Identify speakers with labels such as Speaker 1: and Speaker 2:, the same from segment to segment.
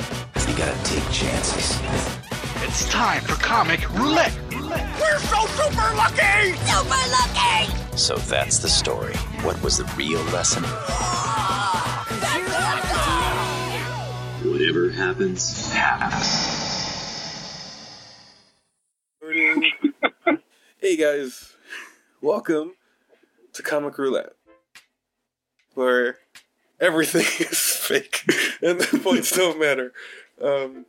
Speaker 1: gotta take chances.
Speaker 2: It's time for comic roulette.
Speaker 3: We're so super lucky!
Speaker 4: Super lucky!
Speaker 1: So that's the story. What was the real lesson?
Speaker 5: Whatever happens, happens.
Speaker 6: Morning. hey guys, welcome to Comic Roulette, where everything is fake and the points don't matter. Um,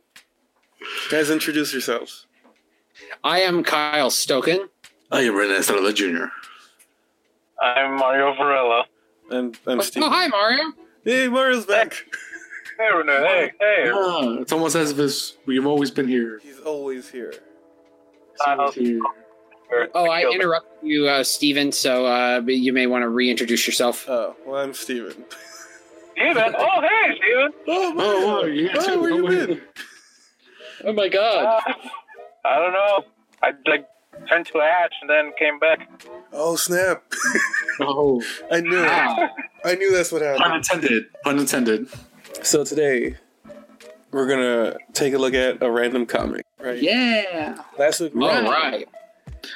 Speaker 6: guys, introduce yourselves.
Speaker 7: I am Kyle Stoken.
Speaker 8: I am René Estrada Jr.
Speaker 9: I'm Mario Varela.
Speaker 6: I'm, I'm Steve.
Speaker 7: Oh, hi, Mario.
Speaker 6: Hey, Mario's back.
Speaker 9: Hey, Renee. Hey, hey.
Speaker 8: Ah, it's almost as if it's, we've always been here.
Speaker 6: He's always here.
Speaker 8: It's always here.
Speaker 7: Oh, I interrupted you, uh, Steven, so uh, but you may want to reintroduce yourself.
Speaker 6: Oh, well, I'm Steven.
Speaker 9: Steven. Oh, hey,
Speaker 6: Oh,
Speaker 9: Steven.
Speaker 8: Oh, wow,
Speaker 6: Mario.
Speaker 8: you
Speaker 6: Mario, where you been?
Speaker 7: Oh my god.
Speaker 9: Uh, I don't know. I like turned to Ash and then came back.
Speaker 6: Oh, snap.
Speaker 8: Oh,
Speaker 6: I knew it.
Speaker 8: Ah.
Speaker 7: Wow.
Speaker 6: I knew that's what happened.
Speaker 8: pun intended. Pun intended.
Speaker 6: So today, we're gonna take a look at a random comic. Right.
Speaker 7: yeah.
Speaker 6: Last week, we
Speaker 7: All
Speaker 6: did-
Speaker 7: right.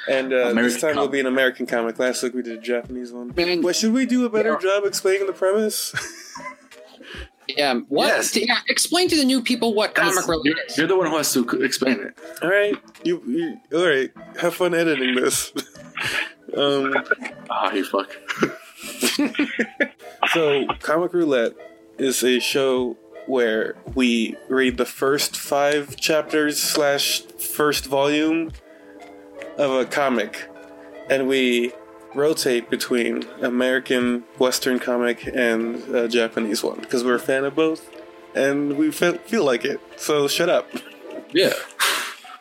Speaker 6: and uh, this
Speaker 8: American
Speaker 6: time will
Speaker 8: comic.
Speaker 6: be an American comic. Last week we did a Japanese one.
Speaker 7: Man.
Speaker 6: But should we do a better
Speaker 7: Yeah.
Speaker 6: job explaining the premise?
Speaker 7: Yeah. What?
Speaker 8: Yes.
Speaker 7: Yeah. Explain to the new people what comic
Speaker 8: That's-
Speaker 7: roulette
Speaker 8: you're,
Speaker 7: is.
Speaker 8: you're the one who has to explain it.
Speaker 6: all right, you, you all right? Have fun editing this. um,
Speaker 8: Ah, you fuck.
Speaker 6: so, Comic Roulette is a show where we read the first five chapters slash first volume of a comic, and we rotate between American Western comic and uh, Japanese one because we're a fan of both, and we fe- feel like it. So shut up,
Speaker 8: Yeah.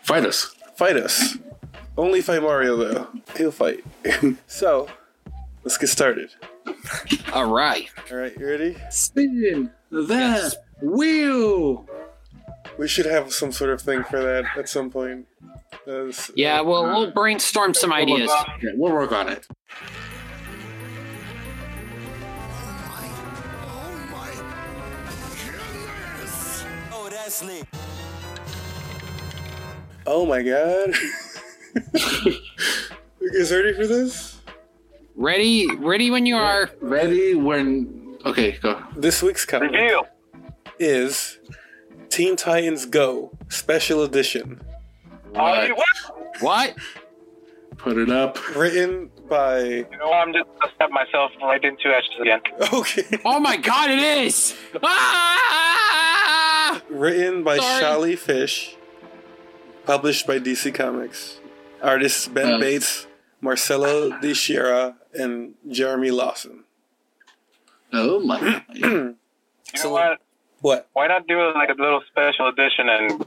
Speaker 8: Fight us.
Speaker 6: fight us. Only fight Mario though; he'll fight. so, let's get started.
Speaker 7: All right.
Speaker 6: All right, you ready?
Speaker 8: Spin the wheel.
Speaker 6: We should have some sort of thing for that at some point. Uh, s-
Speaker 7: Yeah. Well, we'll brainstorm some ideas.
Speaker 8: Yeah, we'll work on it.
Speaker 6: Oh my god. you guys ready for this?
Speaker 7: Ready? Ready when you are.
Speaker 8: Ready when. Okay, go.
Speaker 6: This week's comic
Speaker 9: Review.
Speaker 6: is Teen Titans Go Special Edition,
Speaker 9: Are Oh, you, what?
Speaker 7: What?
Speaker 8: Put it up.
Speaker 6: written by.
Speaker 9: You know, what? I'm just gonna step myself right into Ashes again.
Speaker 6: Okay,
Speaker 7: Oh my god! It is. Ah!
Speaker 6: written by
Speaker 7: Sorry.
Speaker 6: Shali Fish, published by DC Comics. Artists Ben
Speaker 8: Um.
Speaker 6: Bates, Marcelo De Shira, and Jeremy Lawson.
Speaker 8: Oh my.
Speaker 9: You
Speaker 6: So-
Speaker 9: know what?
Speaker 6: What?
Speaker 9: Why not do like a little special edition and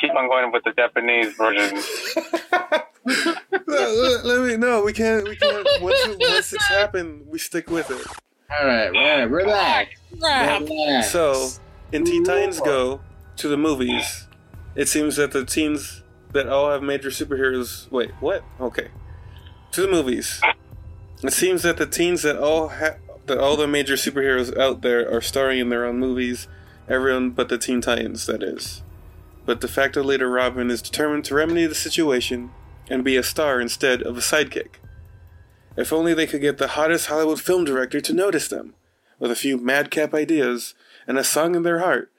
Speaker 9: keep on going with the Japanese version?
Speaker 6: let, let- let me know. We can't. We can't. Once, it- once it's happened, we stick with it.
Speaker 8: All right, right, relax. relax.
Speaker 6: So, in Teen Titans Go to the movies, it seems that the teens that all have major superheroes. Wait, what? Okay. To the movies. It seems that the teens that all ha- that all the major superheroes out there are starring in their own movies. Everyone but the Teen Titans, that is. But de facto leader Robin is determined to remedy the situation and be a star instead of a sidekick. If only they could get the hottest Hollywood film director to notice them. With a few madcap ideas and a song in their heart,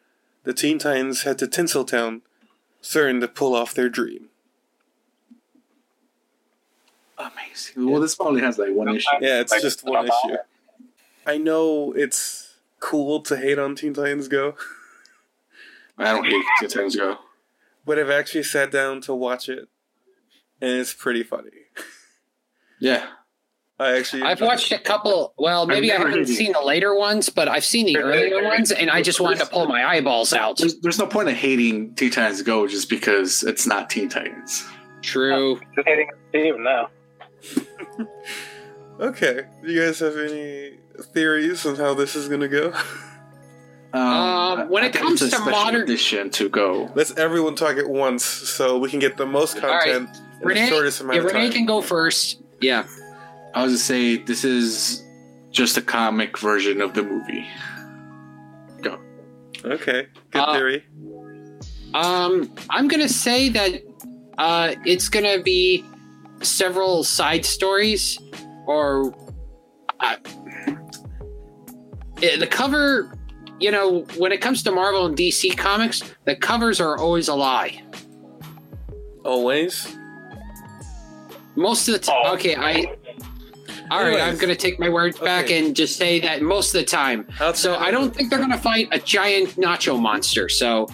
Speaker 6: the Teen Titans head to Tinseltown, certain to pull off their dream.
Speaker 8: amazing. Well, this probably has like one issue.
Speaker 6: Yeah, it's
Speaker 9: Like, uh,
Speaker 6: just one
Speaker 9: about-
Speaker 6: issue. I know it's cool to hate on Teen Titans Go,
Speaker 8: I don't hate Teen Titans Go.
Speaker 6: but I've actually sat down to watch it, and it's pretty funny.
Speaker 8: Yeah.
Speaker 6: I actually
Speaker 7: I've
Speaker 6: enjoy it.
Speaker 7: watched a couple. Well, maybe I
Speaker 8: never
Speaker 7: haven't
Speaker 8: heard you.
Speaker 7: seen the later ones, but I've seen the earlier ones, and I just wanted to pull my eyeballs out.
Speaker 8: There's, there's no point in hating Teen Titans Go just because it's not Teen Titans.
Speaker 7: True.
Speaker 9: Just hating Steve now.
Speaker 6: Okay, do you guys have any theories on how this is gonna go?
Speaker 7: Um, when it
Speaker 8: think
Speaker 7: comes
Speaker 8: it's a
Speaker 7: to
Speaker 8: special
Speaker 7: modern-
Speaker 8: edition to go,
Speaker 6: Let's everyone talk at once so we can get the most
Speaker 7: right.
Speaker 6: content in
Speaker 7: Renee,
Speaker 6: the shortest
Speaker 7: yeah,
Speaker 6: amount of
Speaker 7: Renee
Speaker 6: time.
Speaker 7: can go first. Yeah.
Speaker 8: I was just say this is just a comic version of the movie.
Speaker 6: Okay, good
Speaker 7: Uh,
Speaker 6: theory.
Speaker 10: Um, I'm gonna say that uh, it's gonna be several side stories, or uh, eh, the cover. You know, when it comes to Marvel and DC comics, the covers are always a lie.
Speaker 6: Always.
Speaker 10: Most of the time. Okay, I. All right, I'm
Speaker 6: Anyways.
Speaker 10: gonna take my words back
Speaker 6: Okay.
Speaker 10: and just say that most of the time.
Speaker 6: Outside
Speaker 10: So I don't think they're gonna fight a giant nacho monster. So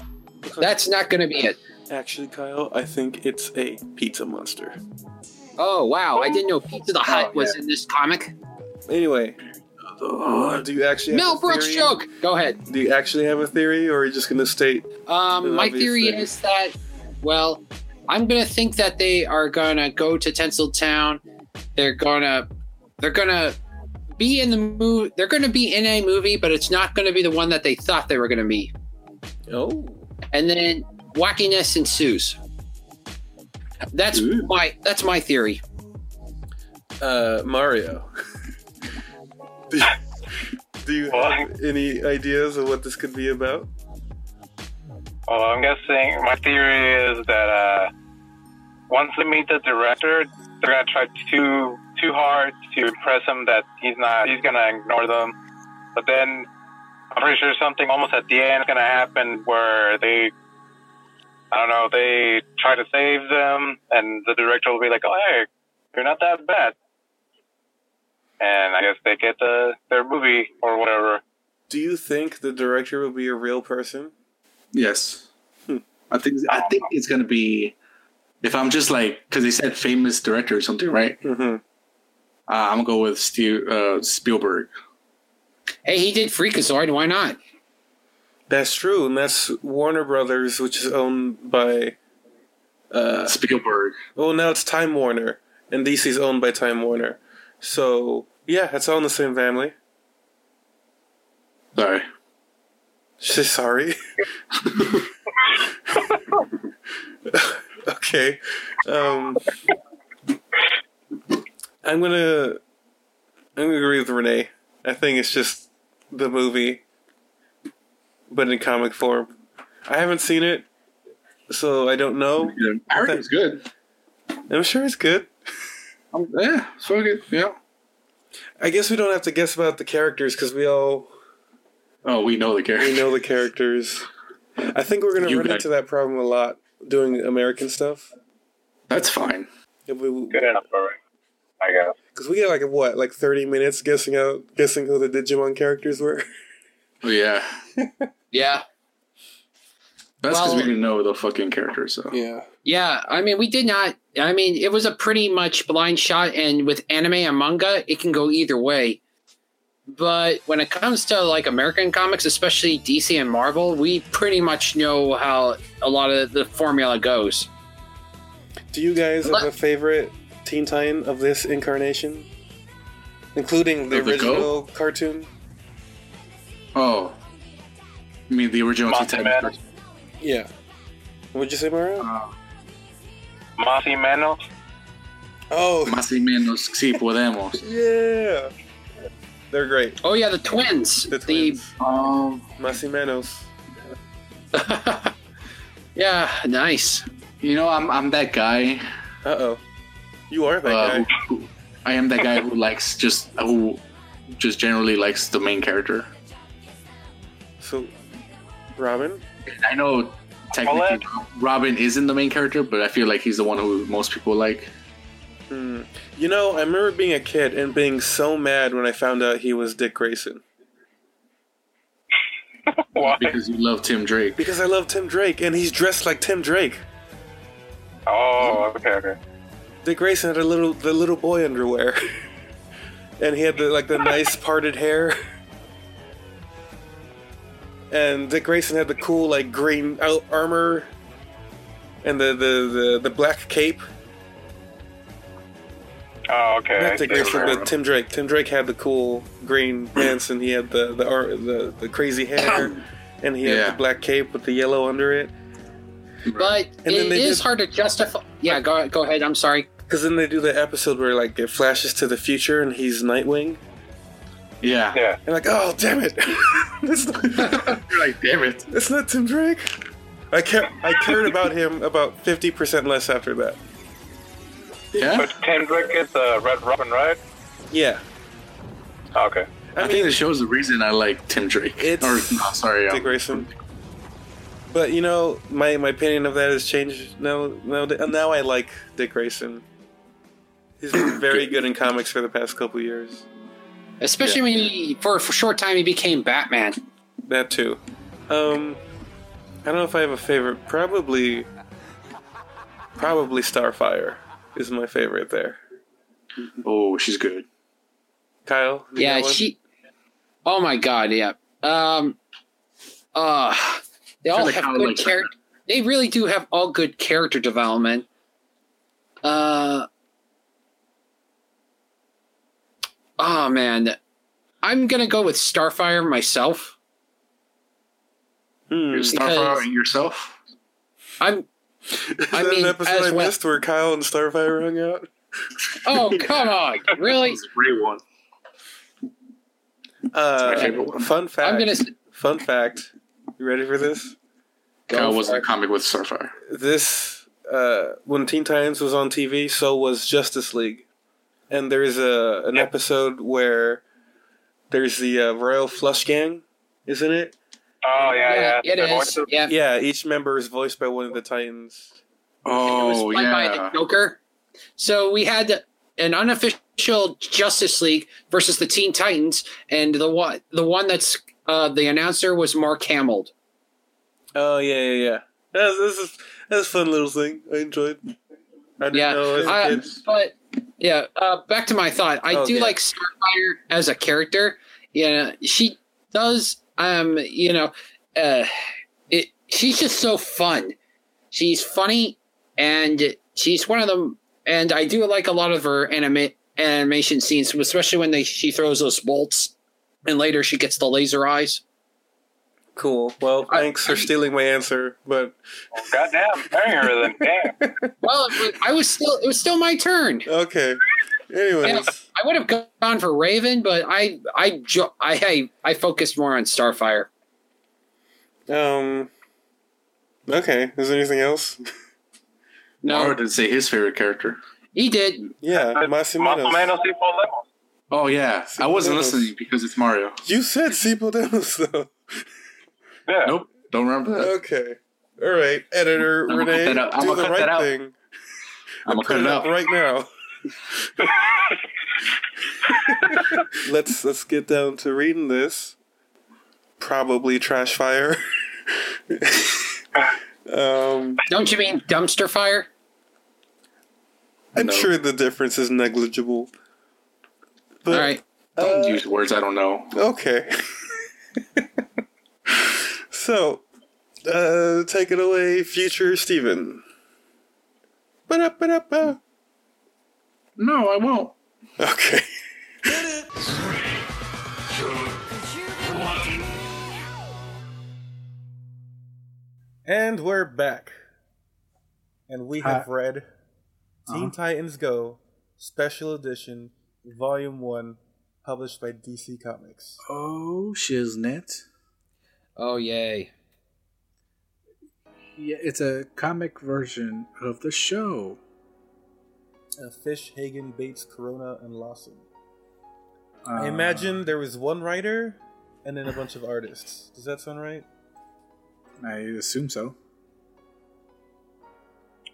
Speaker 10: that's not gonna be it.
Speaker 6: Actually, Kyle, I think it's a pizza monster.
Speaker 10: Oh wow! I didn't know Pizza the Hut
Speaker 8: Oh,
Speaker 10: was in this comic.
Speaker 6: Anyway, uh, do you actually have
Speaker 10: Mel
Speaker 6: a
Speaker 10: Brooks
Speaker 6: theory?
Speaker 10: joke. Go ahead.
Speaker 6: Do you actually have a theory, or are you just going to state?
Speaker 10: Um, my
Speaker 6: Obviously.
Speaker 10: theory is that, well, I'm gonna think that they are gonna go to Tinseltown. They're gonna, they're gonna be in the movie. They're gonna be in a movie, but it's not gonna be the one that they thought they were gonna be.
Speaker 6: Oh,
Speaker 10: And then wackiness ensues. That's
Speaker 8: Ooh.
Speaker 10: my that's my theory.
Speaker 6: uh, Mario. do, you, do you have any ideas of what this could be about?
Speaker 9: Well, I'm guessing my theory is that uh, once they meet the director, they're gonna try too too hard to impress him that he's not he's gonna ignore them. But then I'm pretty sure something almost at the end is gonna happen where they I don't know they try to save them, and the director will be like, "Oh, hey, you're not that bad." And I guess they get the, their movie or whatever.
Speaker 6: Do you think the director will be a real person?
Speaker 8: Yes. I think I think it's gonna be if I'm just like because they said famous director or something, right?
Speaker 6: Mm-hmm.
Speaker 8: Uh, I'm gonna go with Steve, uh, Spielberg.
Speaker 10: Hey, he did Freakazoid. Why not?
Speaker 6: That's true, and that's Warner Brothers, which is owned by. Uh,
Speaker 8: Spielberg.
Speaker 6: well, now it's Time Warner, and DC's owned by Time Warner. So, yeah, it's all in the same family.
Speaker 8: Sorry.
Speaker 6: She's sorry. okay. Um, I'm gonna. I'm gonna agree with Renee. I think it's just the movie, but in comic form. I haven't seen it, so I don't know.
Speaker 8: Yeah, I heard it was good.
Speaker 6: I'm sure it's good.
Speaker 8: Um, yeah, it's really good. Yeah.
Speaker 6: I guess we don't have to guess about the characters because we all
Speaker 8: Oh, we know the
Speaker 6: we
Speaker 8: character.
Speaker 6: know the characters. I think we're gonna
Speaker 8: You
Speaker 6: run
Speaker 8: got-
Speaker 6: into that problem a lot doing American stuff.
Speaker 8: That's fine.
Speaker 6: If we-
Speaker 9: Good enough, all right. I guess.
Speaker 6: Because we got like what, like thirty minutes guessing out, guessing who the Digimon characters were.
Speaker 8: Oh, yeah.
Speaker 10: Yeah,
Speaker 8: That's because
Speaker 10: Well-
Speaker 8: we didn't know the fucking character. So
Speaker 6: Yeah.
Speaker 10: Yeah, I mean, we did not. I mean, it was a pretty much blind shot, and with anime and manga, it can go either way. But when it comes to like American comics, especially DC and Marvel, we pretty much know how a lot of the formula goes.
Speaker 6: Do you guys have
Speaker 10: Let-
Speaker 6: a favorite Teen Titan of this incarnation, including the
Speaker 8: Of the
Speaker 6: original cartoon?
Speaker 8: Oh, I mean the original Teen
Speaker 9: Monster Man.
Speaker 8: Titans.
Speaker 6: Yeah. What'd you say, Mario?
Speaker 8: Uh,
Speaker 9: Mossy Manos.
Speaker 6: Oh,
Speaker 8: Más y menos si podemos.
Speaker 6: yeah. They're great.
Speaker 10: Oh yeah, the twins.
Speaker 6: The twins.
Speaker 8: Um,
Speaker 6: Massimanos.
Speaker 10: yeah, nice.
Speaker 8: you know, I'm I'm that guy.
Speaker 6: Uh oh. You are that
Speaker 8: uh,
Speaker 6: guy.
Speaker 8: who, who- I am that guy who likes just who just generally likes the main character.
Speaker 6: So, Robin.
Speaker 8: I know technically Robin isn't the main character, but I feel like he's the one who most people like.
Speaker 6: Hmm. You know, I remember being a kid and being so mad when I found out he was Dick Grayson.
Speaker 9: Why?
Speaker 8: because you love Tim Drake.
Speaker 6: Because I love Tim Drake, and he's dressed like Tim Drake.
Speaker 9: Oh, okay, okay.
Speaker 6: Dick Grayson had a little the little boy underwear, and he had the like the nice parted hair. And Dick Grayson had the cool like green out armor, and the the the, the black cape.
Speaker 9: Oh, okay. I
Speaker 6: Not Dick
Speaker 9: see.
Speaker 6: Grayson, but Tim Drake. Tim Drake had the cool green pants, and he had the the ar- the, the crazy hair, and he had
Speaker 8: Yeah.
Speaker 6: the black cape with the yellow under it.
Speaker 10: But
Speaker 6: And then
Speaker 10: it
Speaker 6: they
Speaker 10: is
Speaker 6: did-
Speaker 10: hard to justify. Yeah, go go ahead. I'm sorry.
Speaker 6: Because then they do the episode where like it flashes to the future, and he's Nightwing.
Speaker 8: Yeah.
Speaker 9: Yeah.
Speaker 6: And like, oh damn it, that's not
Speaker 8: You're like, damn it.
Speaker 6: that's not Tim Drake. I care. I cared about him about fifty percent less after that.
Speaker 8: Yeah,
Speaker 9: But Kendrick is uh, Red Robin, right?
Speaker 6: Yeah,
Speaker 9: Okay.
Speaker 8: I, think it shows the reason I like Tim Drake.
Speaker 6: It's-
Speaker 8: or no, sorry,
Speaker 6: Dick
Speaker 8: um,
Speaker 6: Grayson. But you know, my, my opinion of that has changed. Now, now, now I like Dick Grayson. He's been very good in comics for the past couple years.
Speaker 10: Especially when he, for, for a short time, he became Batman.
Speaker 6: That too. Um, I don't know if I have a favorite. Probably, probably Starfire is my favorite there.
Speaker 8: oh, she's good.
Speaker 6: Kyle, you
Speaker 10: yeah,
Speaker 6: got one?
Speaker 10: she. Oh my god, yeah. Um, uh, they all
Speaker 8: like
Speaker 10: have
Speaker 8: how,
Speaker 10: good
Speaker 8: like,
Speaker 10: character. They really do have all good character development. Uh. Oh man, I'm gonna go with Starfire myself.
Speaker 6: Hmm.
Speaker 8: You're Starfire and yourself.
Speaker 10: I'm. I
Speaker 6: Is that
Speaker 10: mean,
Speaker 6: an episode
Speaker 10: as
Speaker 6: I
Speaker 10: well-
Speaker 6: missed where Kyle and Starfire hung out.
Speaker 10: Oh come on, really?
Speaker 8: It's a great one.
Speaker 6: Uh,
Speaker 8: my favorite one.
Speaker 6: fun fact.
Speaker 10: I'm gonna s-
Speaker 6: Fun fact. You ready for this?
Speaker 10: go
Speaker 8: Kyle
Speaker 10: for
Speaker 8: was in a
Speaker 10: it.
Speaker 8: comic with Starfire.
Speaker 6: this uh, when Teen Titans was on TV, so was Justice League, and there is a an episode where there's the uh, Royal Flush Gang, isn't it?
Speaker 9: Oh yeah, yeah.
Speaker 10: Yeah, it
Speaker 9: The
Speaker 10: is.
Speaker 9: voice of-
Speaker 10: Yeah,
Speaker 6: Yeah, each member is voiced by one of the Titans.
Speaker 10: It was
Speaker 8: Oh
Speaker 10: played by the
Speaker 8: yeah,
Speaker 10: Joker. So we had an unofficial Justice League versus the Teen Titans, and the one the one that's uh, the announcer was Mark Hamill.
Speaker 6: Oh yeah, yeah, yeah. That's this is that's a fun little thing. I enjoyed. I didn't
Speaker 10: Yeah,
Speaker 6: know as a
Speaker 10: I-
Speaker 6: kid.
Speaker 10: But yeah, uh, back to my thought. I
Speaker 6: Oh,
Speaker 10: do
Speaker 6: yeah.
Speaker 10: like Starfire as a character. Yeah, she does. Um, you know, uh, it. She's just so fun. She's funny, and she's one of them. And I do like a lot of her anima- animation scenes, especially when they she throws those bolts, and later she gets the laser eyes.
Speaker 6: Cool. Well,
Speaker 10: I-
Speaker 6: thanks for stealing my answer, but
Speaker 9: Goddamn, marrying her then. Damn.
Speaker 10: Well, it was- I was still it was still my turn.
Speaker 6: okay.
Speaker 10: Yeah,
Speaker 6: Anyways,
Speaker 10: I would have gone for Raven, but I I jo- I I, I focused more on Starfire.
Speaker 6: um, okay. Is there anything else?
Speaker 10: No,
Speaker 8: Mario did say his favorite character.
Speaker 10: he did.
Speaker 6: Yeah,
Speaker 9: Uh,
Speaker 6: Massimo.
Speaker 9: Manos y Polemos.
Speaker 8: Oh yeah, I wasn't
Speaker 6: Yes.
Speaker 8: listening because it's Mario.
Speaker 6: You said Cipodemus, though.
Speaker 9: Yeah.
Speaker 8: Nope, don't remember that.
Speaker 6: Okay. All right, editor
Speaker 8: I'm gonna cut
Speaker 6: Renee,
Speaker 8: that out. I'm
Speaker 6: do the
Speaker 8: gonna cut that
Speaker 6: right
Speaker 8: out.
Speaker 6: thing.
Speaker 8: I'm gonna
Speaker 6: Put
Speaker 8: cut
Speaker 6: it
Speaker 8: it
Speaker 6: up
Speaker 8: out.
Speaker 6: right now. let's let's get down to reading this. Probably trash fire. um,
Speaker 10: Don't you mean dumpster fire?
Speaker 6: I'm
Speaker 8: No.
Speaker 6: sure the difference is negligible. But,
Speaker 10: All right.
Speaker 8: Don't
Speaker 6: uh,
Speaker 8: use words I don't know.
Speaker 6: Okay. so, uh, take it away, future Steven. Ba-da-ba-da-ba.
Speaker 8: No, I won't.
Speaker 6: Okay. And we're back. And we have read Teen Titans Go Special Edition Volume 1 published by DC Comics.
Speaker 11: Oh, shiznit.
Speaker 10: Oh yay!
Speaker 11: Yeah, it's a comic version of the show.
Speaker 6: Uh, Fish, Hagen, Bates, Corona, and Lawson.
Speaker 11: Uh,
Speaker 6: I imagine there was one writer and then a bunch of artists. Does that sound right?
Speaker 11: I assume so.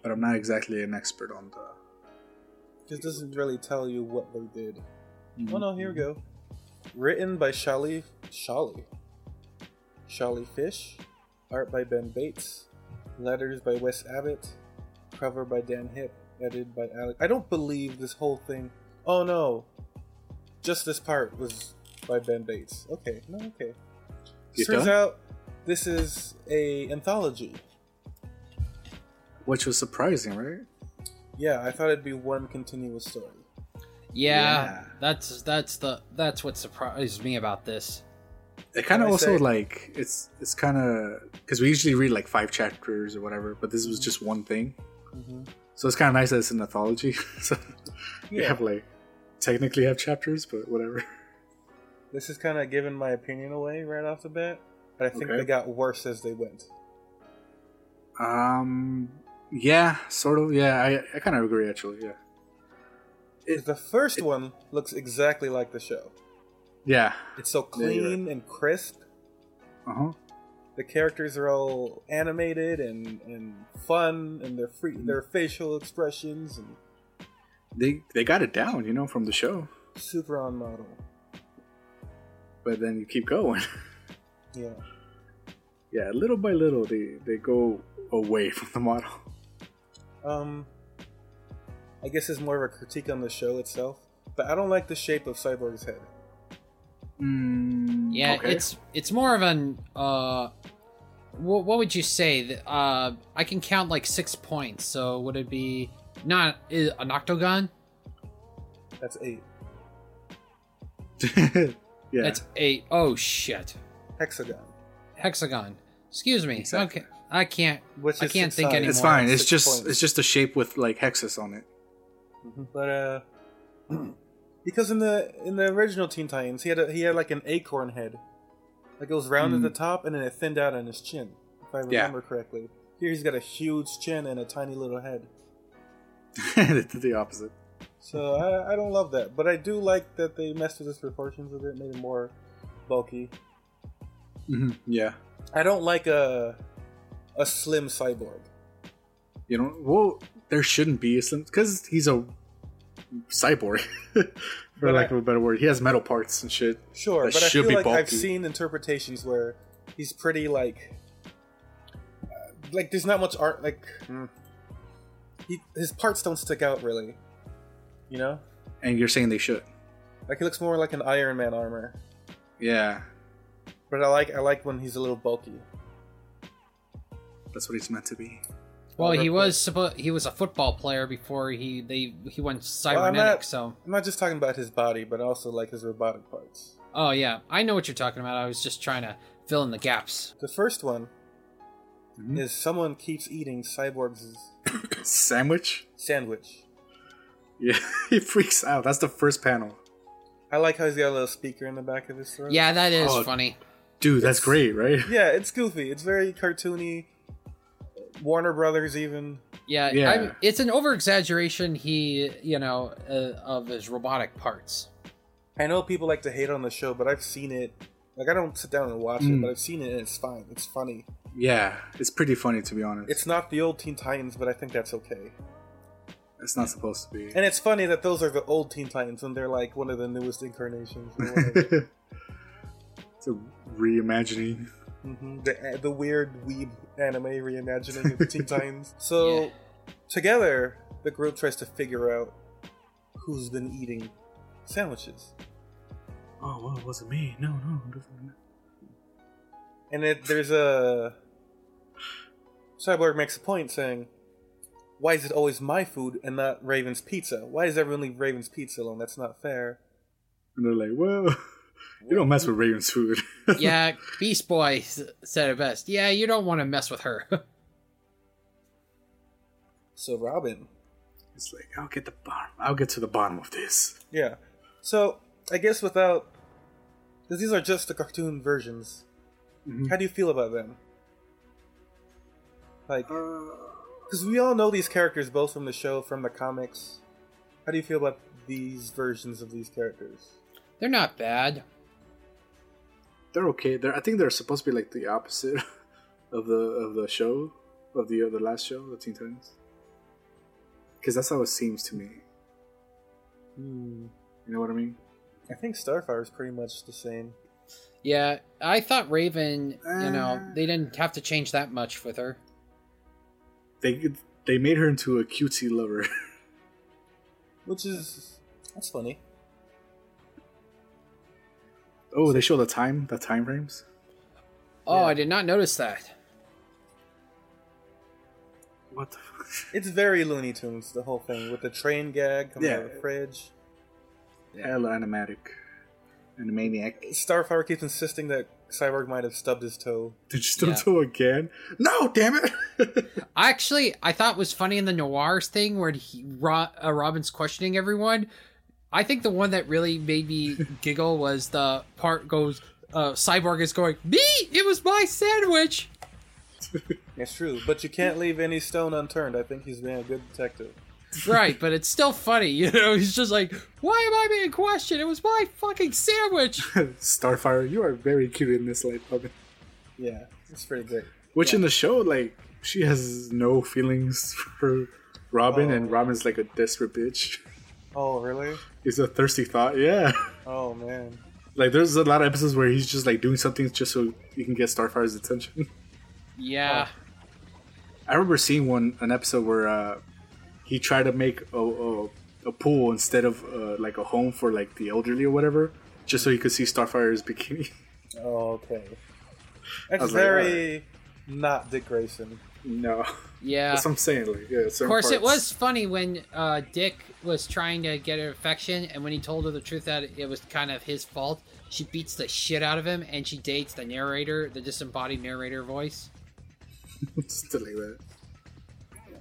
Speaker 11: But I'm not exactly an expert on the.
Speaker 6: Just doesn't really tell you what they did.
Speaker 11: Mm-hmm.
Speaker 6: Oh no, here we go. Written by Shali Shali. Shali Fish. Art by Ben Bates. Letters by Wes Abbott. Cover by Dan Hip. Edited by Alex. I don't believe this whole thing. Oh no. Just this part was by Ben Bates. Okay, no, okay.
Speaker 11: You
Speaker 6: Turns
Speaker 11: done?
Speaker 6: out this is a anthology.
Speaker 11: Which was surprising, right?
Speaker 6: Yeah, I thought it'd be one continuous story.
Speaker 11: Yeah,
Speaker 10: that's that's the that's what surprised me about this.
Speaker 11: It kind
Speaker 6: I
Speaker 11: of
Speaker 6: say-
Speaker 11: also like it's it's kind of because we usually read like five chapters or whatever, but this was just one thing. So it's kind of nice that it's an anthology. so we
Speaker 6: Yeah.
Speaker 11: have like technically have chapters, but whatever.
Speaker 6: This is kind of giving my opinion away right off the bat, but I think
Speaker 11: Okay.
Speaker 6: they got worse as they went.
Speaker 4: Um, yeah, sort of. Yeah, I, I kind of agree actually. Yeah,
Speaker 11: The first one looks exactly like the show.
Speaker 4: yeah.
Speaker 11: It's so
Speaker 4: Yeah, you're
Speaker 11: clean and crisp.
Speaker 4: Uh huh.
Speaker 11: The characters are all animated and, and fun, and their free, their facial expressions and
Speaker 4: Mm-hmm. They they got it down, you know, from the show.
Speaker 11: super on model.
Speaker 4: But then you keep going.
Speaker 11: Yeah,
Speaker 4: yeah, little by little, they they go away from the model.
Speaker 11: um, I guess it's more of a critique on the show itself. But I don't like the shape of Cyborg's head.
Speaker 4: Mm,
Speaker 10: Yeah,
Speaker 4: okay.
Speaker 10: it's it's more of an uh, what, what would you say? Th- Uh, I can count like six points. So would it be not i- an octagon?
Speaker 11: That's eight
Speaker 4: yeah.
Speaker 10: That's eight. Oh shit,
Speaker 11: hexagon,
Speaker 10: hexagon. Excuse me.
Speaker 4: Exactly.
Speaker 10: Okay, I can't.
Speaker 11: which is
Speaker 10: I can't
Speaker 11: six
Speaker 10: think
Speaker 11: sides.
Speaker 10: anymore.
Speaker 4: it's fine. It's
Speaker 11: Six
Speaker 4: just
Speaker 11: points.
Speaker 4: it's just a shape with like hexes on it.
Speaker 11: But uh, because in the in the original Teen Titans, he had a, he had like an acorn head, like it was round at the top and then it thinned out on his chin, if I
Speaker 4: Hmm. Yeah.
Speaker 11: remember correctly. Here he's got a huge chin and a tiny little head.
Speaker 4: they did the opposite.
Speaker 11: So I, I don't love that, but I do like that they messed with his proportions a bit, made him more bulky.
Speaker 8: Mm-hmm.
Speaker 4: hmm Yeah.
Speaker 11: I don't like a a slim cyborg.
Speaker 4: You know, well, there shouldn't be a slim because he's a cyborg, for
Speaker 11: But
Speaker 4: lack
Speaker 11: I-
Speaker 4: of a better word. He has metal parts and shit.
Speaker 11: Sure,
Speaker 4: That
Speaker 11: but I
Speaker 4: should
Speaker 11: feel
Speaker 4: be
Speaker 11: like I've
Speaker 4: bulky.
Speaker 11: seen interpretations where he's pretty like, uh, like there's not much art. Like
Speaker 4: Hmm.
Speaker 11: he, his parts don't stick out really. You know,
Speaker 4: And you're saying they should?
Speaker 11: like he looks more like an Iron Man armor.
Speaker 4: Yeah,
Speaker 11: But I like I like when he's a little bulky.
Speaker 4: that's what he's meant to be.
Speaker 10: Well, he
Speaker 11: Overcooked.
Speaker 10: was suppo- he was a football player before he they he went
Speaker 11: I'm
Speaker 10: cybernetic.
Speaker 11: not-
Speaker 10: So
Speaker 11: I'm not just talking about his body, but also like his robotic parts.
Speaker 10: oh yeah, I know what you're talking about. I was just trying to fill in the gaps.
Speaker 11: The first one
Speaker 4: Mhm.
Speaker 11: is someone keeps eating Cyborg's
Speaker 4: Sandwich?
Speaker 11: sandwich.
Speaker 4: Yeah, he freaks out. That's the first panel,
Speaker 11: I like how he's got a little speaker in the back of his throat.
Speaker 10: Yeah, that is
Speaker 4: Oh.
Speaker 10: funny.
Speaker 4: dude. That's great, right?
Speaker 11: yeah, it's goofy. It's very cartoony. Warner Brothers, even.
Speaker 10: Yeah,
Speaker 4: Yeah.
Speaker 10: I, it's an over exaggeration. He you know uh, of his robotic parts.
Speaker 11: I know people like to hate on the show, but I've seen it. Like, I don't sit down and watch it,
Speaker 4: Mm.
Speaker 11: but I've seen it, and it's fine. It's funny.
Speaker 4: Yeah, it's pretty funny to be honest.
Speaker 11: It's not the old Teen Titans, but I think that's okay.
Speaker 4: It's not supposed to be.
Speaker 11: And it's funny that those are the old Teen Titans, and they're like one of the newest incarnations. or whatever.
Speaker 4: it's a reimagining.
Speaker 11: Mhm, the, the weird weeb anime reimagining of the Teen Titans. So, together, the group tries to figure out who's been eating sandwiches.
Speaker 4: Oh, well, it wasn't me. No, no, it doesn't.
Speaker 11: And it, there's a cyborg makes a point saying, "Why is it always my food and not Raven's pizza? Why does everyone leave Raven's pizza alone? That's not fair."
Speaker 4: And they're like, well, you don't mess with Raven's food.
Speaker 10: Yeah, Beast Boy s- said it best. Yeah, you don't want to mess with her.
Speaker 11: So Robin,
Speaker 4: It's like I'll get the bottom. I'll get to the bottom of this.
Speaker 11: yeah. So I guess without, because these are just the cartoon versions.
Speaker 4: Mhm.
Speaker 11: How do you feel about them? Like,
Speaker 4: Uh,
Speaker 11: because we all know these characters both from the show, from the comics. How do you feel about these versions of these characters?
Speaker 10: They're not bad.
Speaker 4: They're okay. They're I think they're supposed to be like the opposite of the of the show of the of the last show, the Teen Titans. Because that's how it seems to me. You know what I mean?
Speaker 11: I think Starfire is pretty much the same.
Speaker 10: Yeah, I thought Raven. You know,
Speaker 4: Uh.
Speaker 10: they didn't have to change that much with her.
Speaker 4: They they made her into a cutesy lover.
Speaker 11: Which is that's funny.
Speaker 4: oh, they show the time the time frames.
Speaker 10: Oh,
Speaker 11: Yeah.
Speaker 10: I did not notice that.
Speaker 4: What the? Fuck?
Speaker 11: It's very Looney Tunes, the whole thing with the train gag coming out of the
Speaker 4: Yeah.
Speaker 11: fridge.
Speaker 4: Hella animatic, animaniac.
Speaker 11: Starfire keeps insisting that Cyborg might have stubbed his toe.
Speaker 4: Did you still
Speaker 10: Yeah.
Speaker 4: do again? No, damn it!
Speaker 10: I actually I thought was funny in the noirs thing where he, Ro, uh, Robin's questioning everyone. I think the one that really made me giggle was the part goes uh, cyborg is going me. It was my sandwich.
Speaker 11: It's true, but you can't leave any stone unturned. I think he's being a good detective.
Speaker 10: right, but it's still funny, you know. He's just like, "Why am I being questioned? It was my fucking sandwich."
Speaker 4: Starfire, you are very cute in this light puppet.
Speaker 11: Yeah, it's pretty great.
Speaker 4: Which in the show, like, she has no feelings for Robin, and Robin's like a desperate bitch.
Speaker 11: Oh, really?
Speaker 4: He's a thirsty thought, yeah.
Speaker 11: Oh man.
Speaker 4: Like, there's a lot of episodes where he's just like doing something just so he can get Starfire's attention.
Speaker 10: Yeah.
Speaker 4: I remember seeing one an episode where uh, he tried to make a, a, a pool instead of uh, like a home for like the elderly or whatever, just so he could see Starfire's bikini.
Speaker 11: Oh, okay.
Speaker 4: I
Speaker 11: That's
Speaker 4: was like,
Speaker 11: very not Dick Grayson.
Speaker 4: No.
Speaker 10: Yeah.
Speaker 4: That's what I'm saying. Like, yeah,
Speaker 10: Of course, it was funny when uh, Dick was trying to get her affection, and when he told her the truth that it was kind of his fault, she beats the shit out of him, and she dates the narrator, the disembodied narrator voice.
Speaker 4: Still like that.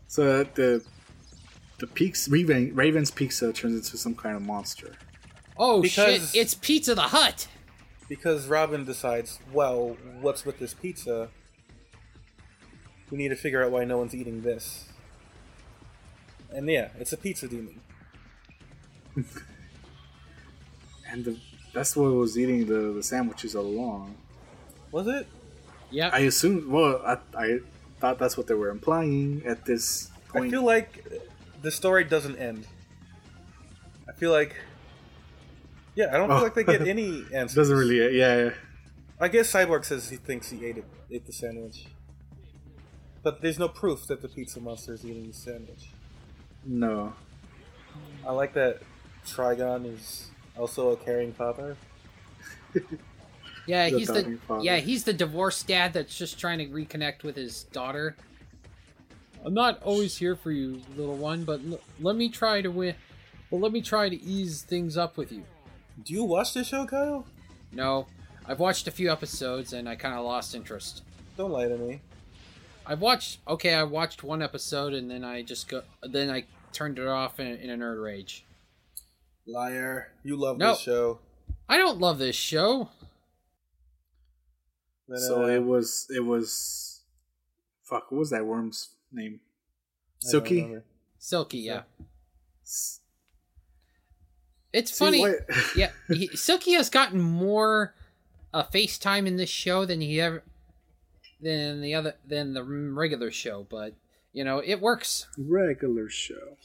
Speaker 4: So uh, the the peaks Raven, Raven's pizza turns into some kind of monster.
Speaker 10: Oh
Speaker 11: Because-
Speaker 10: shit! It's Pizza the Hut.
Speaker 11: Because Robin decides, well, what's with this pizza? We need to figure out why no one's eating this. And yeah, it's a pizza demon.
Speaker 4: And the, that's what was eating the, the sandwiches all along.
Speaker 11: Was it?
Speaker 10: Yeah.
Speaker 4: I assume. Well, I, I thought that's what they were implying at this
Speaker 11: I
Speaker 4: point.
Speaker 11: feel like the story doesn't end. I feel like, yeah, I don't feel
Speaker 4: Oh.
Speaker 11: like they get any answers.
Speaker 4: Doesn't really. Yeah. yeah.
Speaker 11: I guess Cyborg says he thinks he ate it, ate the sandwich, but there's no proof that the pizza monster is eating the sandwich.
Speaker 4: No.
Speaker 11: I like that Trigon is also a caring father.
Speaker 10: Yeah,
Speaker 11: The
Speaker 10: he's the
Speaker 11: founding father.
Speaker 10: yeah he's the divorced dad that's just trying to reconnect with his daughter. I'm not always here for you, little one, but l- let me try to win. But let me try to ease things up with you.
Speaker 11: Do you watch this show, Kyle?
Speaker 10: No, I've watched a few episodes and I kind of lost interest.
Speaker 11: Don't lie to me.
Speaker 10: I've watched okay, I watched one episode and then I just go then I turned it off in, in a nerd rage.
Speaker 11: Liar! You love
Speaker 10: No.
Speaker 11: this show.
Speaker 10: I don't love this show.
Speaker 11: Then,
Speaker 4: So um,
Speaker 11: uh,
Speaker 4: it was. It was. Fuck. What was that worm's name?
Speaker 10: I don't
Speaker 4: Silky.
Speaker 10: remember. Silky, yeah.
Speaker 4: S-
Speaker 10: It's
Speaker 4: See,
Speaker 10: funny.
Speaker 4: why-
Speaker 10: yeah, he, Silky has gotten more uh, FaceTime in this show than he ever than the other than the regular show, but you know, it works.
Speaker 4: Regular show.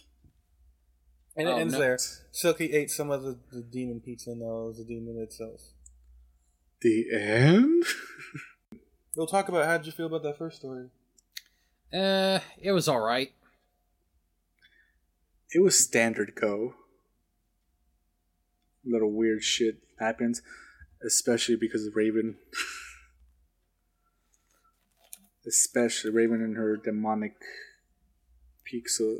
Speaker 11: And it
Speaker 10: Oh,
Speaker 11: ends
Speaker 10: no.
Speaker 11: there. Silky ate some of the, the demon pizza, and now it's a demon itself.
Speaker 4: The end.
Speaker 11: We'll talk about how did you feel about that first story.
Speaker 10: Uh it was all right.
Speaker 4: It was standard go. Little weird shit happens, especially because of Raven. especially Raven and her demonic pizza.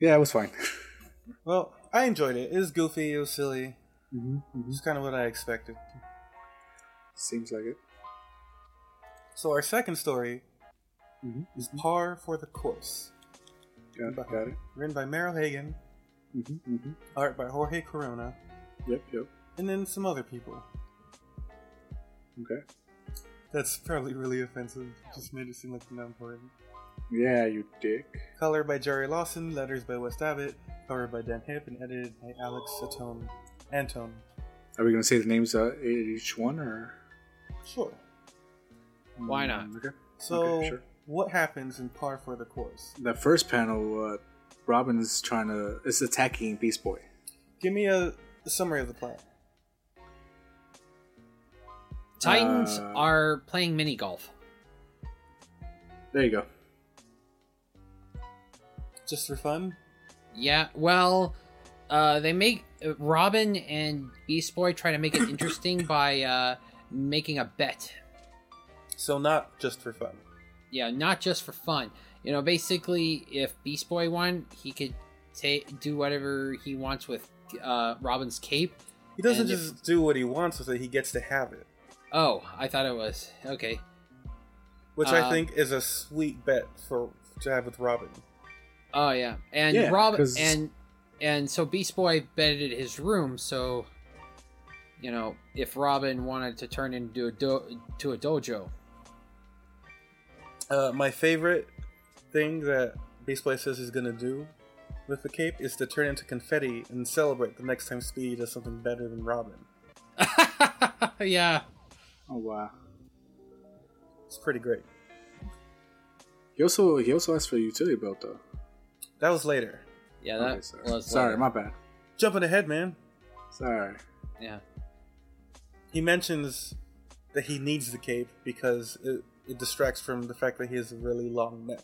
Speaker 4: Yeah, it was fine.
Speaker 11: Well, I enjoyed it. It was goofy. It was silly.
Speaker 4: Mhm,
Speaker 11: It's kind of what I expected.
Speaker 4: Seems like it.
Speaker 11: So our second story
Speaker 4: Mhm.
Speaker 11: is par for the course.
Speaker 4: Got it. Got it.
Speaker 11: Written by Merrill Hagen,
Speaker 4: Mm-hmm, mm-hmm.
Speaker 11: art by Jorge Corona,
Speaker 4: Yep, yep.
Speaker 11: and then some other people.
Speaker 4: Okay.
Speaker 11: That's probably really offensive. Just made it seem like they're not important.
Speaker 4: Yeah, you dick.
Speaker 11: Color by Jerry Lawson, letters by West Abbott, cover by Dan Hip, and edited by Alex Atone. Antone.
Speaker 4: Are we gonna say the names uh, each one or?
Speaker 11: Sure.
Speaker 10: Why not?
Speaker 4: Mm, Okay.
Speaker 11: So,
Speaker 4: Okay, sure.
Speaker 11: what happens in par for the course?
Speaker 4: That first panel, uh, Robin is trying to is attacking Beast Boy.
Speaker 11: Give me a summary of the plot.
Speaker 10: Titans
Speaker 4: Uh,
Speaker 10: are playing mini golf.
Speaker 4: There you go.
Speaker 11: Just for fun?
Speaker 10: Yeah, well, uh, they make uh, Robin and Beast Boy try to make it interesting by uh, making a bet.
Speaker 11: So, not just for fun.
Speaker 10: Yeah, not just for fun. You know, basically, if Beast Boy won, he could take do whatever he wants with uh, Robin's cape.
Speaker 11: He doesn't
Speaker 10: And if-
Speaker 11: just do what he wants with it, he gets to have it.
Speaker 10: Oh, I thought it was okay.
Speaker 11: Which
Speaker 10: Uh,
Speaker 11: I think is a sweet bet for to have with Robin.
Speaker 10: Oh yeah, and
Speaker 4: Yeah,
Speaker 10: Robin
Speaker 4: 'cause-
Speaker 10: and and so Beast Boy betted his room, so you know, if Robin wanted to turn into a do- to a dojo.
Speaker 11: Uh, my favorite thing that Baseplay says he's gonna do with the cape is to turn into confetti and celebrate the next time Speedy does something better than Robin.
Speaker 10: yeah.
Speaker 4: Oh wow.
Speaker 11: It's pretty great.
Speaker 4: He also he also asked for a utility belt though.
Speaker 11: That was later.
Speaker 10: Yeah, that
Speaker 4: Okay, sorry.
Speaker 10: was
Speaker 4: Sorry,
Speaker 10: later.
Speaker 4: my bad.
Speaker 11: Jumping ahead, man.
Speaker 4: Sorry.
Speaker 10: Yeah.
Speaker 11: He mentions that he needs the cape because it, it distracts from the fact that he has a really long neck.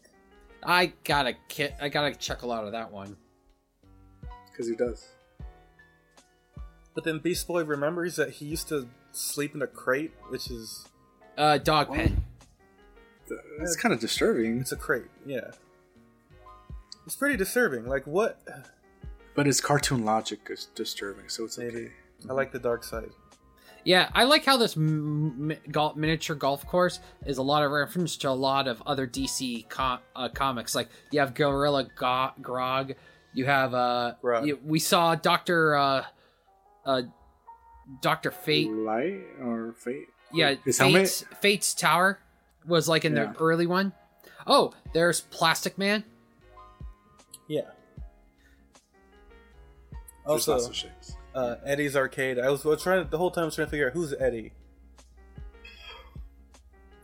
Speaker 10: I got to ki- I got to chuckle out of that one.
Speaker 4: Because he does.
Speaker 11: But then Beast Boy remembers that he used to sleep in a crate, which is
Speaker 10: Uh dog pen.
Speaker 4: It's kind of disturbing,
Speaker 11: it's a crate, yeah. It's pretty disturbing. Like what?
Speaker 4: but his cartoon logic is disturbing, so it's
Speaker 11: Maybe
Speaker 4: okay.
Speaker 11: I like the dark side.
Speaker 10: Yeah, I like how this m- m- golf, miniature golf course is a lot of reference to a lot of other DC com- uh, comics. Like you have Gorilla Go- Grog, you have uh,
Speaker 11: Grog.
Speaker 10: you- we saw Doctor uh, uh, Doctor Fate.
Speaker 4: Light or fate?
Speaker 10: Yeah,
Speaker 4: His
Speaker 10: Fate's, Fate's Tower was like in
Speaker 4: Yeah.
Speaker 10: the early one. Oh, there's Plastic Man.
Speaker 11: Yeah.
Speaker 4: There's
Speaker 11: Also,
Speaker 4: lots of shapes.
Speaker 11: uh, Eddie's arcade. I was, I was trying the whole time. I was trying to figure out who's Eddie.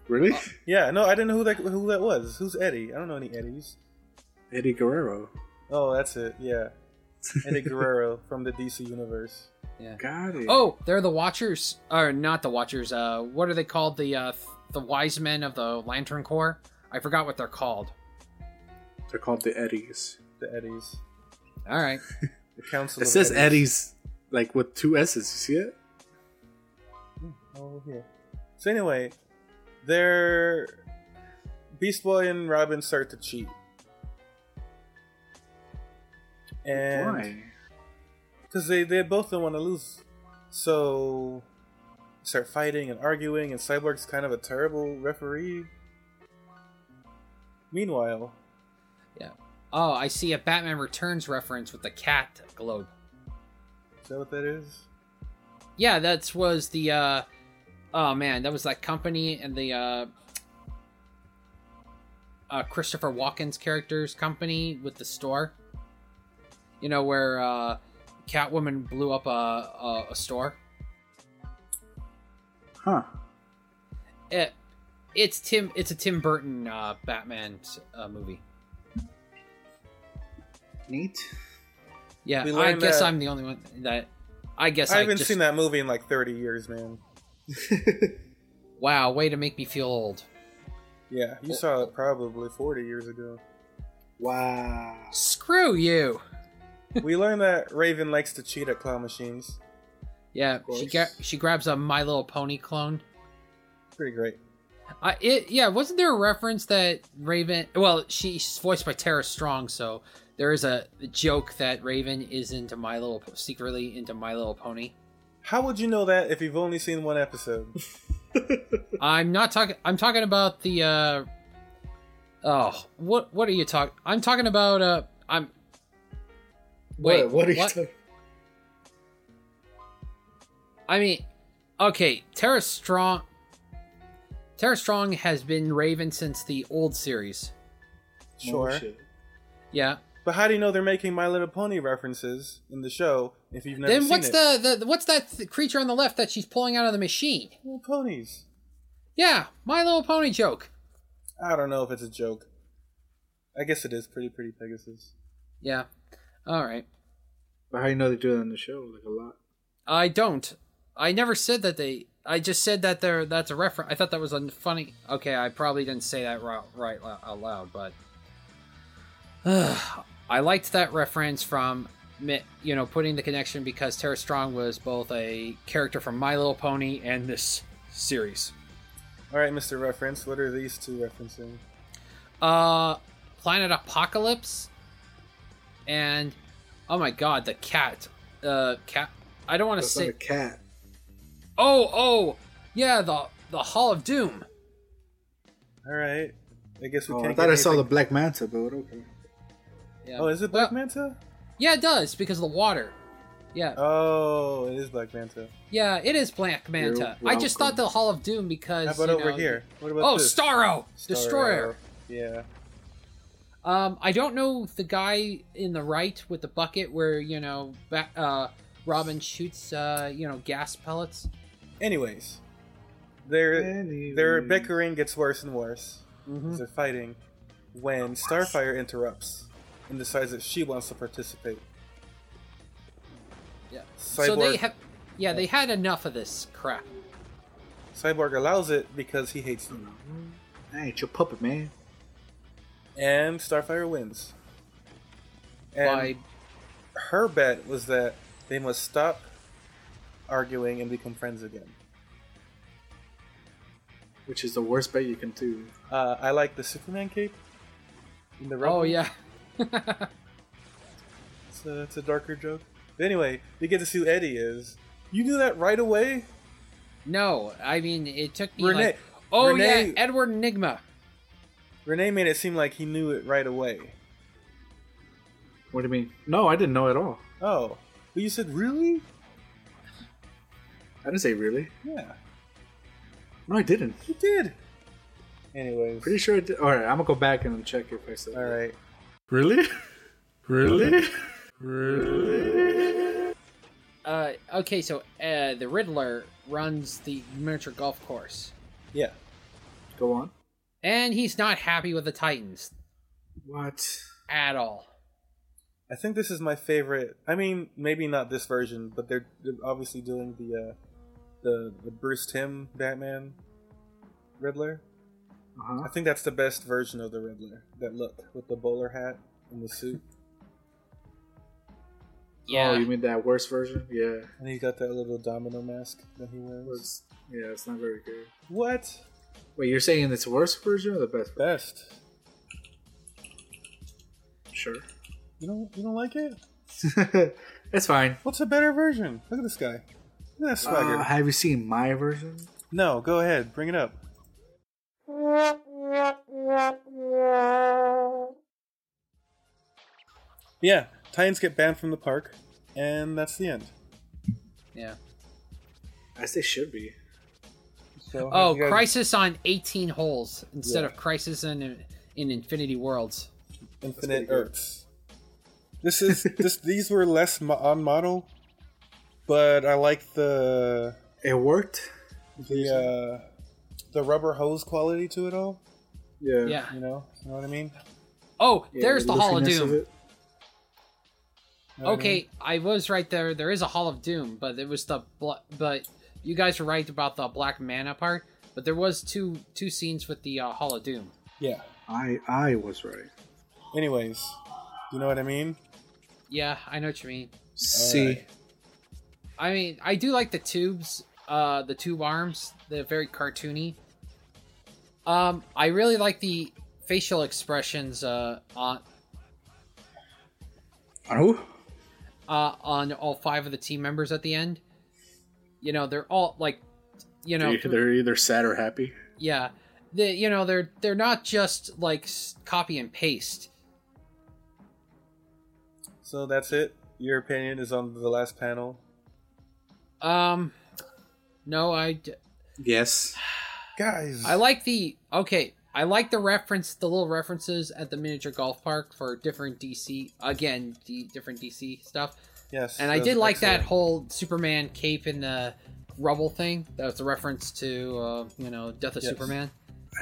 Speaker 4: Really?
Speaker 10: Oh.
Speaker 11: Yeah, no, I didn't know who that who that was. Who's Eddie? I don't know any Eddies.
Speaker 4: Eddie Guerrero.
Speaker 11: Oh, that's it. Yeah, Eddie Guerrero from the DC universe.
Speaker 4: Got it.
Speaker 10: Oh, they're the Watchers, or not the Watchers. Uh, what are they called? The uh, the Wise Men of the Lantern Corps. I forgot what they're called.
Speaker 4: They're called the Eddies.
Speaker 11: The Eddies.
Speaker 10: All right.
Speaker 11: The Council.
Speaker 4: It
Speaker 11: of
Speaker 4: says Eddies, like with two S's. You see it?
Speaker 11: Oh, yeah. So anyway, they're Beast Boy and Robin start to cheat. And
Speaker 4: Why?
Speaker 11: Because they, they both don't want to lose. So start fighting and arguing, and Cyborg's kind of a terrible referee. Meanwhile,
Speaker 10: Oh, I see a Batman Returns reference with the cat globe.
Speaker 11: is that what that is?
Speaker 10: Yeah, that's was the uh oh man, that was that company and the uh uh Christopher Walken's character's company with the store. You know where uh Catwoman blew up a a, a store.
Speaker 4: Huh?
Speaker 10: It, it's Tim it's a Tim Burton uh Batman uh, movie.
Speaker 4: Neat.
Speaker 10: Yeah,
Speaker 11: We
Speaker 10: I
Speaker 11: learned
Speaker 10: guess
Speaker 11: that-
Speaker 10: I'm the only one that I guess
Speaker 11: I haven't
Speaker 10: just,
Speaker 11: seen that movie in like 30 years, man.
Speaker 10: Wow, way to make me feel old.
Speaker 11: Yeah, you saw it probably 40 years ago.
Speaker 4: Wow.
Speaker 10: Screw you.
Speaker 11: we learned that Raven likes to cheat at claw machines.
Speaker 10: Yeah, she
Speaker 4: course.
Speaker 10: gra- she grabs a My Little Pony clone.
Speaker 11: Pretty great.
Speaker 10: I it yeah, wasn't there a reference that Raven? Well, she's voiced by Tara Strong, so there is a joke that Raven is into My Little secretly into My Little Pony.
Speaker 11: How would you know that if you've only seen one episode?
Speaker 10: I'm not talking. I'm talking about the. uh Oh, what what are you talking? I'm talking about. uh I'm. Wait,
Speaker 4: what, what are you
Speaker 10: what?
Speaker 4: talking?
Speaker 10: I mean, okay, Tara Strong. Tara Strong has been Raven since the old series.
Speaker 11: Sure.
Speaker 10: Yeah.
Speaker 11: But how do you know they're making My Little Pony references in the show if you've never
Speaker 10: then
Speaker 11: seen
Speaker 10: what's
Speaker 11: it?
Speaker 10: the, the what's that th- creature on the left that she's pulling out of the machine?
Speaker 11: Little ponies.
Speaker 10: Yeah, My Little Pony joke.
Speaker 11: I don't know if it's a joke. I guess it is pretty pretty Pegasus.
Speaker 10: Yeah. All right.
Speaker 4: But how you know they do that on the show? Like a lot.
Speaker 10: I don't. I never said that they. I just said that there. That's a reference. I thought that was a funny. Okay, I probably didn't say that right, right lou- out loud, but I liked that reference from mi- you know putting the connection because Tara Strong was both a character from My Little Pony and this series.
Speaker 11: All right, Mr. Reference, what are these two referencing?
Speaker 10: Uh, Planet Apocalypse, and oh my god, the cat. Uh, cat. I don't want to
Speaker 4: That's not
Speaker 10: say.
Speaker 4: a cat.
Speaker 10: Oh, oh, yeah, the the Hall of Doom.
Speaker 11: All right, I guess we
Speaker 4: Oh,
Speaker 11: can't.
Speaker 4: I thought
Speaker 11: get
Speaker 4: I saw the
Speaker 11: anything-
Speaker 4: Black Manta, but okay.
Speaker 10: Yeah.
Speaker 11: Oh, is it Black
Speaker 10: Well,
Speaker 11: Manta?
Speaker 10: Yeah, it does because of the water. Yeah.
Speaker 11: Oh, it is Black Manta.
Speaker 10: Yeah, it is Black Manta.
Speaker 11: You're
Speaker 10: I just thought the Hall of Doom because.
Speaker 11: How about
Speaker 10: you
Speaker 11: over
Speaker 10: know,
Speaker 11: here? What about
Speaker 10: oh,
Speaker 11: this?
Speaker 10: Starro, Destroyer.
Speaker 11: Yeah.
Speaker 10: Um, I don't know the guy in the right with the bucket where you know ba- uh, Robin shoots uh, you know gas pellets.
Speaker 11: Anyways, their
Speaker 4: Hmm.
Speaker 11: their bickering gets worse and worse
Speaker 10: Mhm.
Speaker 11: as they're fighting. When Starfire interrupts and decides that she wants to participate,
Speaker 10: Yeah. So
Speaker 11: Cyborg-
Speaker 10: they have, yeah, they had enough of this crap.
Speaker 11: Cyborg allows it because he hates them.
Speaker 4: I ain't your puppet, man.
Speaker 11: and Starfire wins. And
Speaker 10: Why-
Speaker 11: her bet was that they must stop arguing and become friends again.
Speaker 4: Which is the worst bet you can do.
Speaker 11: Uh, I like the Superman cape. And the
Speaker 10: Oh
Speaker 11: rope.
Speaker 10: yeah,
Speaker 11: it's a, it's a darker joke. But anyway, you get to see who Eddie is. You knew that right away,
Speaker 10: no, I mean it took me.
Speaker 11: Renee.
Speaker 10: like, oh yeah,
Speaker 11: Renee-
Speaker 10: Edward Enigma.
Speaker 11: Renee made it seem like he knew it right away.
Speaker 4: What do you mean? No, I didn't know at all.
Speaker 11: Oh, but you said really?
Speaker 4: I didn't say really.
Speaker 11: Yeah,
Speaker 4: No, I didn't.
Speaker 11: you did. Anyways,
Speaker 4: Pretty sure I did. Alright, I'm gonna go back and check if I said
Speaker 11: all right.
Speaker 4: Really? really?
Speaker 10: Uh, okay, so uh, the Riddler runs the miniature golf course,
Speaker 11: Yeah,
Speaker 4: Go on.
Speaker 10: and he's not happy with the Titans
Speaker 4: What?
Speaker 10: at all.
Speaker 11: I think this is my favorite. I mean, maybe not this version, but they're, they're obviously doing the uh, the the Bruce Tim Batman Riddler.
Speaker 4: Uh-huh.
Speaker 11: I think that's the best version of the Riddler. That look with the bowler hat and the suit,
Speaker 10: Yeah,
Speaker 4: Oh, you mean that worst version? Yeah.
Speaker 11: and he's got that little domino mask that he
Speaker 4: It
Speaker 11: wears.
Speaker 4: was- yeah, it's not very good.
Speaker 11: What
Speaker 4: Wait, you're saying it's the worst version or the best version?
Speaker 11: best?
Speaker 4: Sure.
Speaker 11: You don't you don't like it?
Speaker 4: it's fine.
Speaker 11: What's a better version? Look at this guy. Look at that swagger.
Speaker 4: Uh, have you seen my version?
Speaker 11: no, go ahead, bring it up. Yeah, Titans get banned from the park, and that's the end.
Speaker 10: yeah.
Speaker 4: As they should be.
Speaker 11: So
Speaker 10: Oh,
Speaker 11: have you guys-
Speaker 10: Crisis on 18 holes instead
Speaker 11: Yeah.
Speaker 10: of Crisis in in Infinity Worlds.
Speaker 11: Infinite Earths. This is this. These were less mo- on model, but I like the
Speaker 4: It worked.
Speaker 11: the uh, the rubber hose quality to it all.
Speaker 4: Yeah.
Speaker 10: Yeah.
Speaker 11: You know, you know what I mean.
Speaker 10: Oh,
Speaker 4: Yeah,
Speaker 10: there's the Hall of
Speaker 4: goofiness
Speaker 10: Doom.
Speaker 4: it.
Speaker 11: You know what I mean?
Speaker 10: Okay, I was right there. There is a Hall of Doom, but it was the bla- but you guys were right about the Black Mana part. But there was two two scenes with the uh, Hall of Doom.
Speaker 11: Yeah.
Speaker 4: I I was right.
Speaker 11: Anyways, you know what I mean.
Speaker 10: Yeah, I know what you mean.
Speaker 4: See,
Speaker 10: I mean, I do like the tubes, uh, the tube arms. They're very cartoony. Um, I really like the facial expressions uh, on
Speaker 4: on who?
Speaker 10: uh, on all five of the team members at the end. You know, they're all like, you know,
Speaker 4: They- They're either sad or happy.
Speaker 10: yeah, they, you know, they're they're not just like s- copy and paste.
Speaker 11: So that's it. Your opinion is on the last panel.
Speaker 10: Um, no, I d-
Speaker 4: Yes.
Speaker 11: Guys,
Speaker 10: I like the okay. I like the reference, the little references at the miniature golf park for different DC again, the different DC stuff.
Speaker 11: yes,
Speaker 10: And I
Speaker 11: that's
Speaker 10: did like that
Speaker 11: excellent.
Speaker 10: whole Superman cape in the rubble thing. That was a reference to uh, you know Death of
Speaker 11: Yes.
Speaker 10: Superman.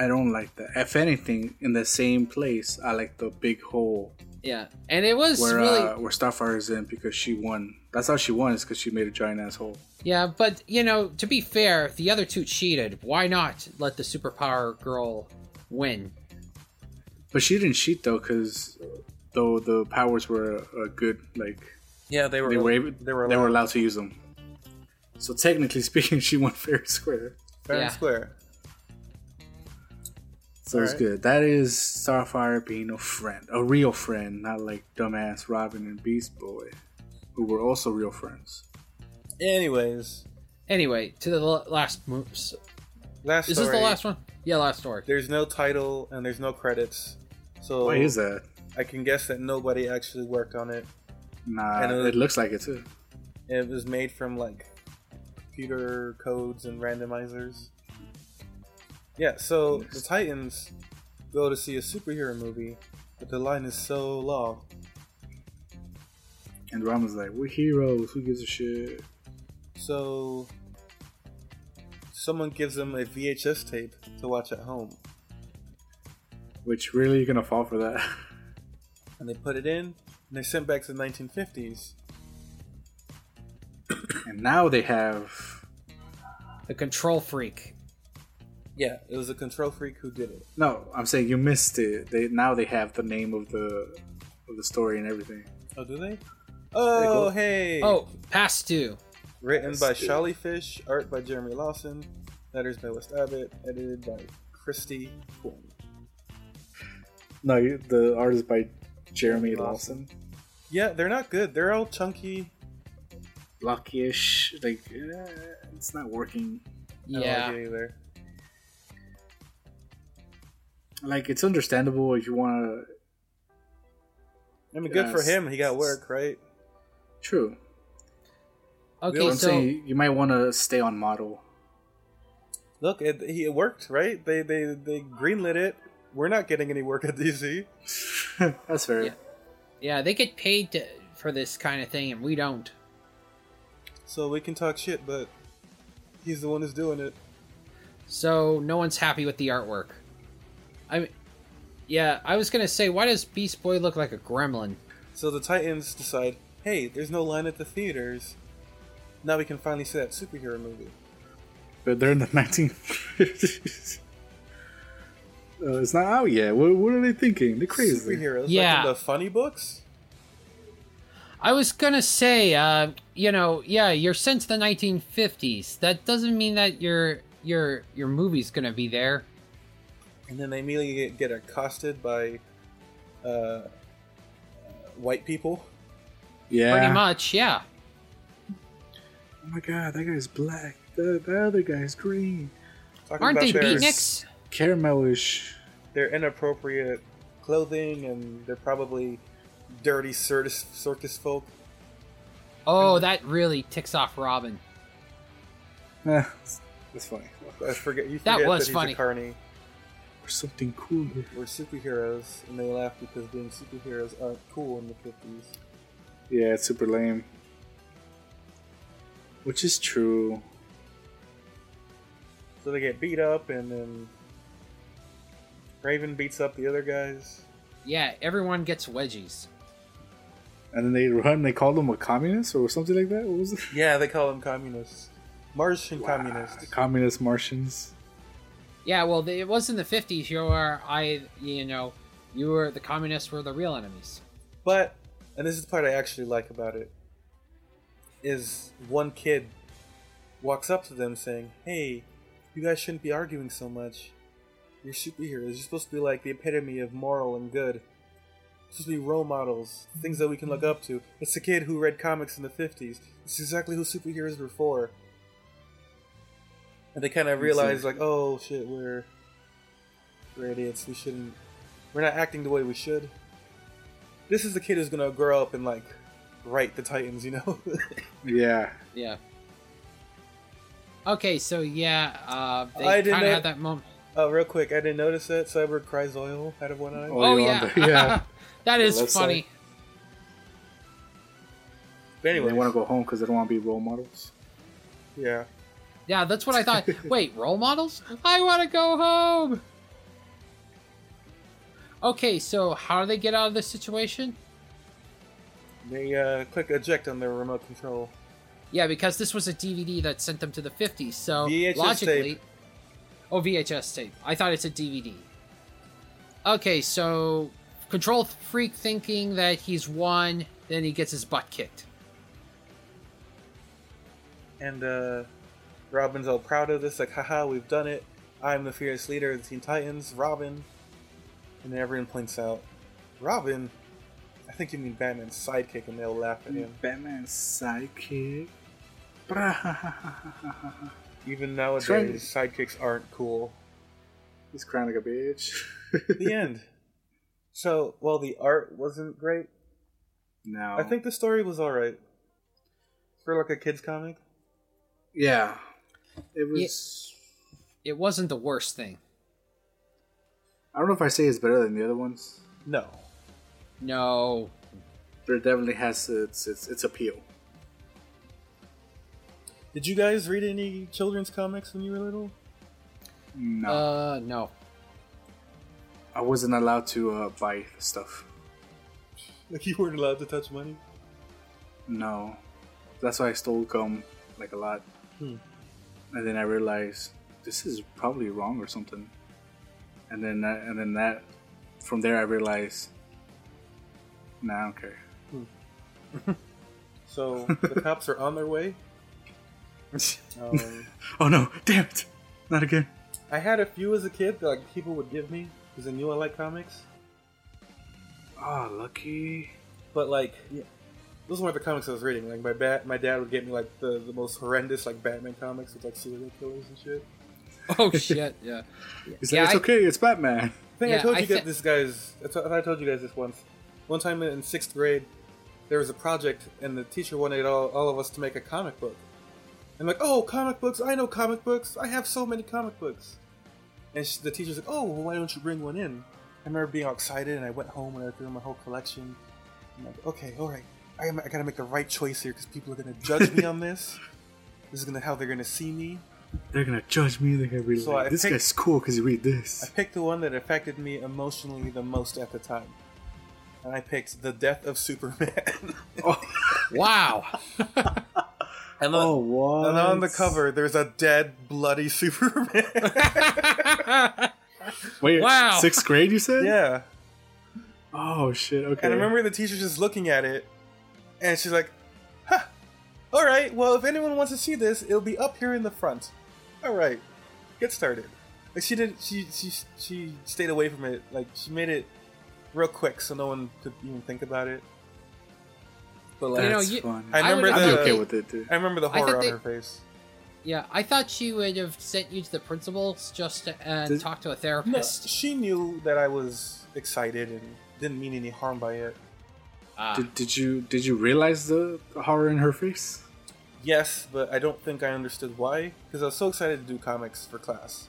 Speaker 4: I don't like that. If anything, in the same place, I like the big hole
Speaker 10: Yeah, and it was
Speaker 4: where
Speaker 10: really
Speaker 4: uh, where Starfire is in because she won. That's how she won is because she made a giant ass hole.
Speaker 10: yeah. But you know, to be fair, if the other two cheated. Why not let the superpower girl win?
Speaker 4: But she didn't cheat though, because though the powers were a good like
Speaker 11: Yeah, they were
Speaker 4: they were able,
Speaker 11: they were
Speaker 4: they were
Speaker 11: allowed.
Speaker 4: allowed to use them. So technically speaking, she won fair and square.
Speaker 11: fair and
Speaker 10: Yeah.
Speaker 11: square.
Speaker 4: So it's
Speaker 11: Alright.
Speaker 4: good. That is Starfire being a friend, a real friend, not like dumbass Robin and Beast Boy, who were also real friends.
Speaker 11: Anyways,
Speaker 10: Anyway, to the l- last moves.
Speaker 11: last
Speaker 10: Is this
Speaker 11: story.
Speaker 10: the last one? Yeah, last story.
Speaker 11: There's no title and there's no credits, so
Speaker 4: Why is that?
Speaker 11: I can guess that nobody actually worked on it.
Speaker 4: Nah,
Speaker 11: And it
Speaker 4: it,
Speaker 11: was-
Speaker 4: looks like it too.
Speaker 11: And it was made from like computer codes and randomizers. Yeah, so the Titans go to see a superhero movie, but the line is so long.
Speaker 4: And Rama's like, we're heroes. Who gives a shit?
Speaker 11: So someone gives them a VHS tape to watch at home,
Speaker 4: Which really, you're gonna fall for that?
Speaker 11: and they put it in, and they sent back to the 1950s.
Speaker 4: and now they have
Speaker 10: the control freak.
Speaker 11: Yeah, it was a control freak who did it.
Speaker 4: no. I'm saying you missed it. They now they have the name of the of the story and everything.
Speaker 11: Oh, do they? Oh,
Speaker 4: go-
Speaker 11: hey!
Speaker 10: Oh, pass two.
Speaker 11: Written by
Speaker 4: Yes, dude.
Speaker 11: Sholly Fish, art by Jeremy Lawson, letters by West Abbott, edited by Christy Quinn.
Speaker 4: No, you, the art is by Jeremy Lawson.
Speaker 11: Yeah, they're not good. They're all chunky.
Speaker 4: Lucky-ish. Like eh, it's not working.
Speaker 11: I don't
Speaker 10: Yeah.
Speaker 11: like it either.
Speaker 4: Like it's understandable if you want to.
Speaker 11: I mean, good for
Speaker 4: Yes.
Speaker 11: him. He got work, right?
Speaker 4: True.
Speaker 10: Okay,
Speaker 4: But I'm
Speaker 10: so
Speaker 4: saying you might want to stay on model.
Speaker 11: Look, it, he it worked, right? They they they greenlit it. We're not getting any work at DC.
Speaker 4: That's fair.
Speaker 10: Yeah. yeah, they get paid to, for this kind of thing, and we don't.
Speaker 11: So we can talk shit, but he's the one who's doing it.
Speaker 10: So no one's happy with the artwork. I mean, yeah, I was gonna say, why does Beast Boy look like a gremlin?
Speaker 11: So the Titans decide, hey, there's no line at the theaters. Now we can finally see that superhero movie.
Speaker 4: But they're in the 1950s. uh, it's not out yet. What, what are they thinking? They're crazy.
Speaker 11: Superheroes, like
Speaker 10: Yeah.
Speaker 11: in the funny books.
Speaker 10: I was gonna say, uh, you know, yeah, you're since the 1950s. That doesn't mean that your your your movie's gonna be there.
Speaker 11: and then they immediately get, get accosted by uh, uh, white people.
Speaker 4: Yeah.
Speaker 10: Pretty much, yeah.
Speaker 4: Oh my god, that guy's black. The, the other guy's green.
Speaker 11: Talking
Speaker 10: Aren't they
Speaker 11: about their,
Speaker 10: beatniks?
Speaker 4: Caramelish.
Speaker 11: their inappropriate clothing, and they're probably dirty circus, circus folk.
Speaker 10: Oh, that really ticks off Robin.
Speaker 4: Eh, that's funny.
Speaker 11: I forget you
Speaker 10: That
Speaker 11: forget that,
Speaker 10: was
Speaker 11: he's
Speaker 10: funny.
Speaker 11: a carny.
Speaker 4: Or something cooler.
Speaker 11: We're superheroes, and they laugh because being superheroes aren't cool in the fifties.
Speaker 4: Yeah, it's super lame. Which is true.
Speaker 11: So they get beat up, and then Raven beats up the other guys.
Speaker 10: Yeah, everyone gets wedgies.
Speaker 4: And then they run, they call them a communist or something like that? What was it?
Speaker 11: Yeah, they call them communists, Martian
Speaker 4: Ah,
Speaker 11: communists.
Speaker 4: communist Martians.
Speaker 10: Yeah, well, they- it was in the 50s. You were, I, you know, you were the communists were the real enemies.
Speaker 11: But, and this is the part I actually like about it, is one kid walks up to them saying, Hey, you guys shouldn't be arguing so much. You're superheroes. You're supposed to be like the epitome of moral and good. You're supposed to be role models, things that we can look up to. It's the kid who read comics in the 50s. It's exactly who superheroes were for. And they kind of realize, like, oh shit, we're, we're idiots. We shouldn't. We're not acting the way we should this is the kid who's gonna grow up and like write the Titans, you know?
Speaker 4: Yeah.
Speaker 10: Yeah. Okay, so yeah, uh, they
Speaker 11: I didn't
Speaker 10: kind of
Speaker 11: know-
Speaker 10: had that moment.
Speaker 11: uh, real quick, I didn't notice that Cyber cries oil out of one eye.
Speaker 4: Oh,
Speaker 10: Oh,
Speaker 4: you're on
Speaker 10: yeah,
Speaker 4: the- yeah.
Speaker 10: that
Speaker 4: Yeah,
Speaker 10: is
Speaker 4: that's
Speaker 10: funny.
Speaker 4: like-
Speaker 11: But
Speaker 4: Anyway,
Speaker 11: anyway,
Speaker 4: they want to go home because they don't want to be role models.
Speaker 11: yeah,
Speaker 10: Yeah, that's what I thought. Wait, role models? I want to go home. Okay, so how do they get out of this situation?
Speaker 11: they uh, click eject on their remote control.
Speaker 10: Yeah, because this was a DVD that sent them to the 50s, so
Speaker 11: VHS
Speaker 10: logically.
Speaker 11: tape.
Speaker 10: Oh, VHS tape. I thought it's a DVD. Okay, so Control Freak thinking that he's won, then he gets his butt kicked.
Speaker 11: And uh, Robin's all proud of this, like, haha, we've done it. I'm the fierce leader of the Teen Titans, Robin. And then everyone points out, Robin? I think you mean Batman's sidekick, and they'll laugh
Speaker 4: Mm.
Speaker 11: at him.
Speaker 4: Batman's sidekick. right.
Speaker 11: Even nowadays, sidekicks aren't cool.
Speaker 4: He's crying like a bitch.
Speaker 11: the end. So, while the art wasn't great,
Speaker 4: no.
Speaker 11: Um, I think the story was all right. for like a kids comic?
Speaker 4: Yeah, it was.
Speaker 10: It, wasn't the worst thing.
Speaker 4: I don't know if I say it's better than the other ones.
Speaker 11: No,
Speaker 10: no,
Speaker 4: it definitely has its its, its appeal.
Speaker 11: Did you guys read any children's comics when you were little?
Speaker 4: No,
Speaker 10: uh, no.
Speaker 4: I wasn't allowed to uh, buy stuff.
Speaker 11: Like you weren't allowed to touch money.
Speaker 4: No, that's why I stole gum like a lot.
Speaker 11: Hmm.
Speaker 4: And then I realized this is probably wrong or something. And then that, and then that from there I realized, nah, I don't care.
Speaker 11: So the cops are on their way. Um,
Speaker 4: oh no! Damn it! Not again.
Speaker 11: I had a few as a kid that like people would give me because they knew I like comics.
Speaker 4: Ah, lucky.
Speaker 11: But like, those weren't the comics I was reading. Like my bat, my dad would get me like the, the most horrendous like Batman comics with like serial killers and shit.
Speaker 10: Oh shit! Yeah.
Speaker 4: He said,
Speaker 10: Yeah,
Speaker 4: it's
Speaker 10: I-
Speaker 4: okay. It's Batman.
Speaker 11: I think I
Speaker 10: Yeah,
Speaker 11: told
Speaker 10: I
Speaker 11: you guys
Speaker 10: thi-
Speaker 11: this guys. I to- I told you guys this once. One time in sixth grade, there was a project, and the teacher wanted all, all of us to make a comic book. I'm like, oh, comic books! I know comic books. I have so many comic books. And she, the teacher's like, oh, well, why don't you bring one in? I remember being all excited, and I went home and I threw in my whole collection. I'm like, okay, all right, I, am- I gotta make the right choice here because people are gonna judge me on this. This is gonna how they're gonna see me.
Speaker 4: They're gonna judge me. They're gonna be
Speaker 11: So
Speaker 4: like,
Speaker 11: I
Speaker 4: "This
Speaker 11: picked-
Speaker 4: guy's cool because you read
Speaker 11: I
Speaker 4: this."
Speaker 11: picked the one that affected me emotionally the most at the time. And I picked The Death of Superman.
Speaker 10: Wow.
Speaker 11: and,
Speaker 4: oh,
Speaker 11: on,
Speaker 4: what?
Speaker 11: and on the cover, there's a dead, bloody Superman.
Speaker 4: Wait,
Speaker 10: Wow.
Speaker 4: Sixth grade, you said?
Speaker 11: yeah.
Speaker 4: Oh shit. Okay.
Speaker 11: And I remember the teacher just looking at it, and she's like, huh, all right, well, if anyone wants to see this, it'll be up here in the front. All right, get started. Like, she did, she, she, she stayed away from it. Like, she made it real quick so no one could even think about it. But, like,
Speaker 4: That's
Speaker 10: You know, you-
Speaker 4: funny.
Speaker 11: I
Speaker 10: I would-
Speaker 11: remember
Speaker 10: I'd be
Speaker 11: the,
Speaker 4: I'm okay with it, dude.
Speaker 11: I remember the
Speaker 10: I thought
Speaker 11: horror on
Speaker 10: they-
Speaker 11: her face.
Speaker 10: Yeah, I thought she would have sent you to the principal's just to uh,
Speaker 4: Does-
Speaker 10: talk to a
Speaker 11: No,
Speaker 10: therapist.
Speaker 11: she knew that I was excited and didn't mean any harm by it.
Speaker 10: Ah.
Speaker 4: Did, did you did you realize the horror in her face?
Speaker 11: Yes, but I don't think I understood why because I was so excited to do comics for class.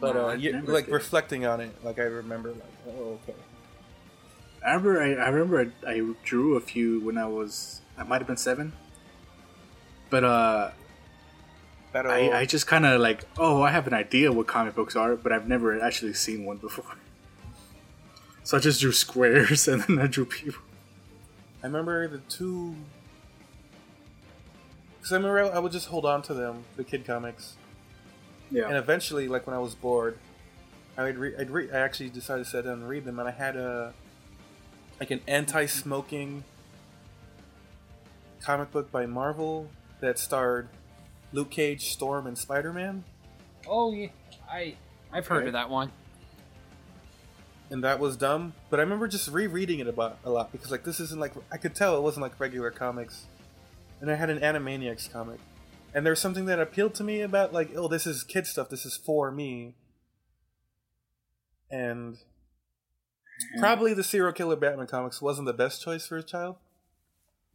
Speaker 11: But
Speaker 4: No,
Speaker 11: uh,
Speaker 4: I
Speaker 11: ye-
Speaker 4: never
Speaker 11: like
Speaker 4: did.
Speaker 11: reflecting on it, like I remember, like oh okay,
Speaker 4: I remember I, I remember I, I drew a few when I was I might have been seven, but uh,
Speaker 11: that
Speaker 4: I,
Speaker 11: oh,
Speaker 4: I just kind of like oh I have an idea what comic books are, but I've never actually seen one before. So I just drew squares and then I drew people.
Speaker 11: I remember the two. Because I remember I would just hold on to them, the kid comics,
Speaker 4: Yeah.
Speaker 11: and eventually, like when I was bored, I would re- I'd re- I actually decided to sit down and read them, and I had a like an anti-smoking comic book by Marvel that starred Luke Cage, Storm, and Spider-Man,
Speaker 10: Oh, yeah, I I've heard
Speaker 11: Okay.
Speaker 10: of that one.
Speaker 11: and that was dumb. But I remember just rereading it about a lot because like this isn't like I could tell it wasn't like regular comics, and I had an Animaniacs comic, and there was something that appealed to me about like oh this is kid stuff, this is for me, and probably the serial killer Batman comics wasn't the best choice for a child.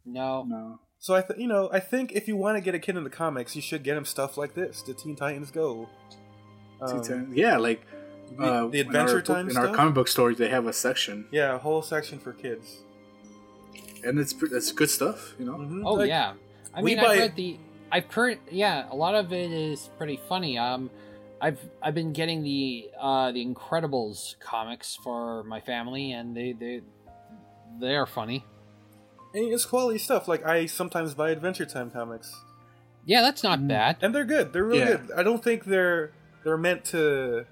Speaker 10: No,
Speaker 4: No.
Speaker 11: So I, th- you know, I think if you want to get a kid in the comics, you should get him stuff like this: the Teen Titans Go, Um,
Speaker 4: T10. yeah, like
Speaker 11: the-
Speaker 4: uh,
Speaker 11: the
Speaker 4: in our
Speaker 11: Adventure
Speaker 4: book-
Speaker 11: Time
Speaker 4: in
Speaker 11: stuff.
Speaker 4: our comic book store they have a section,
Speaker 11: yeah, a whole section for kids.
Speaker 4: and it's pre- it's good stuff, you know.
Speaker 11: Mhm.
Speaker 10: Oh
Speaker 11: Like,
Speaker 10: yeah, I
Speaker 11: we
Speaker 10: mean,
Speaker 11: buy-
Speaker 10: I've read the. I've heard, yeah, a lot of it is pretty funny. Um, I've I've been getting the uh the Incredibles comics for my family, and they they they are funny.
Speaker 11: And it's quality stuff. Like I sometimes buy Adventure Time comics,
Speaker 10: Yeah, that's
Speaker 11: Mm.
Speaker 10: not bad.
Speaker 11: and they're good. They're really
Speaker 4: Yeah.
Speaker 11: good. I don't think they're they're meant to.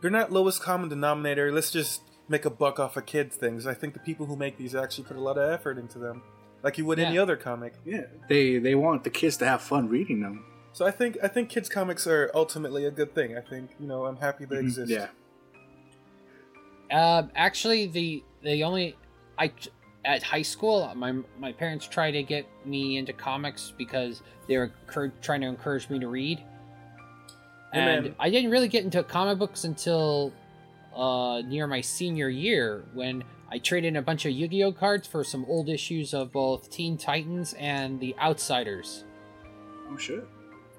Speaker 11: They're not lowest common denominator. Let's just make a buck off of kids things. I think the people who make these actually put a lot of effort into them, like you would any
Speaker 10: Yeah.
Speaker 11: other comic.
Speaker 4: Yeah, they they want the kids to have fun reading them.
Speaker 11: So I think I think kids comics are ultimately a good thing. I think you know I'm happy they exist.
Speaker 4: Mm-hmm. Yeah,
Speaker 10: Um, actually, the the only I at high school, my my parents tried to get me into comics because they were cur- trying to encourage me to read,
Speaker 11: Hey,
Speaker 10: and
Speaker 11: man.
Speaker 10: I didn't really get into comic books until uh, near my senior year when I traded in a bunch of Yu Gi Oh cards for some old issues of both Teen Titans and The Outsiders.
Speaker 4: Oh, shit.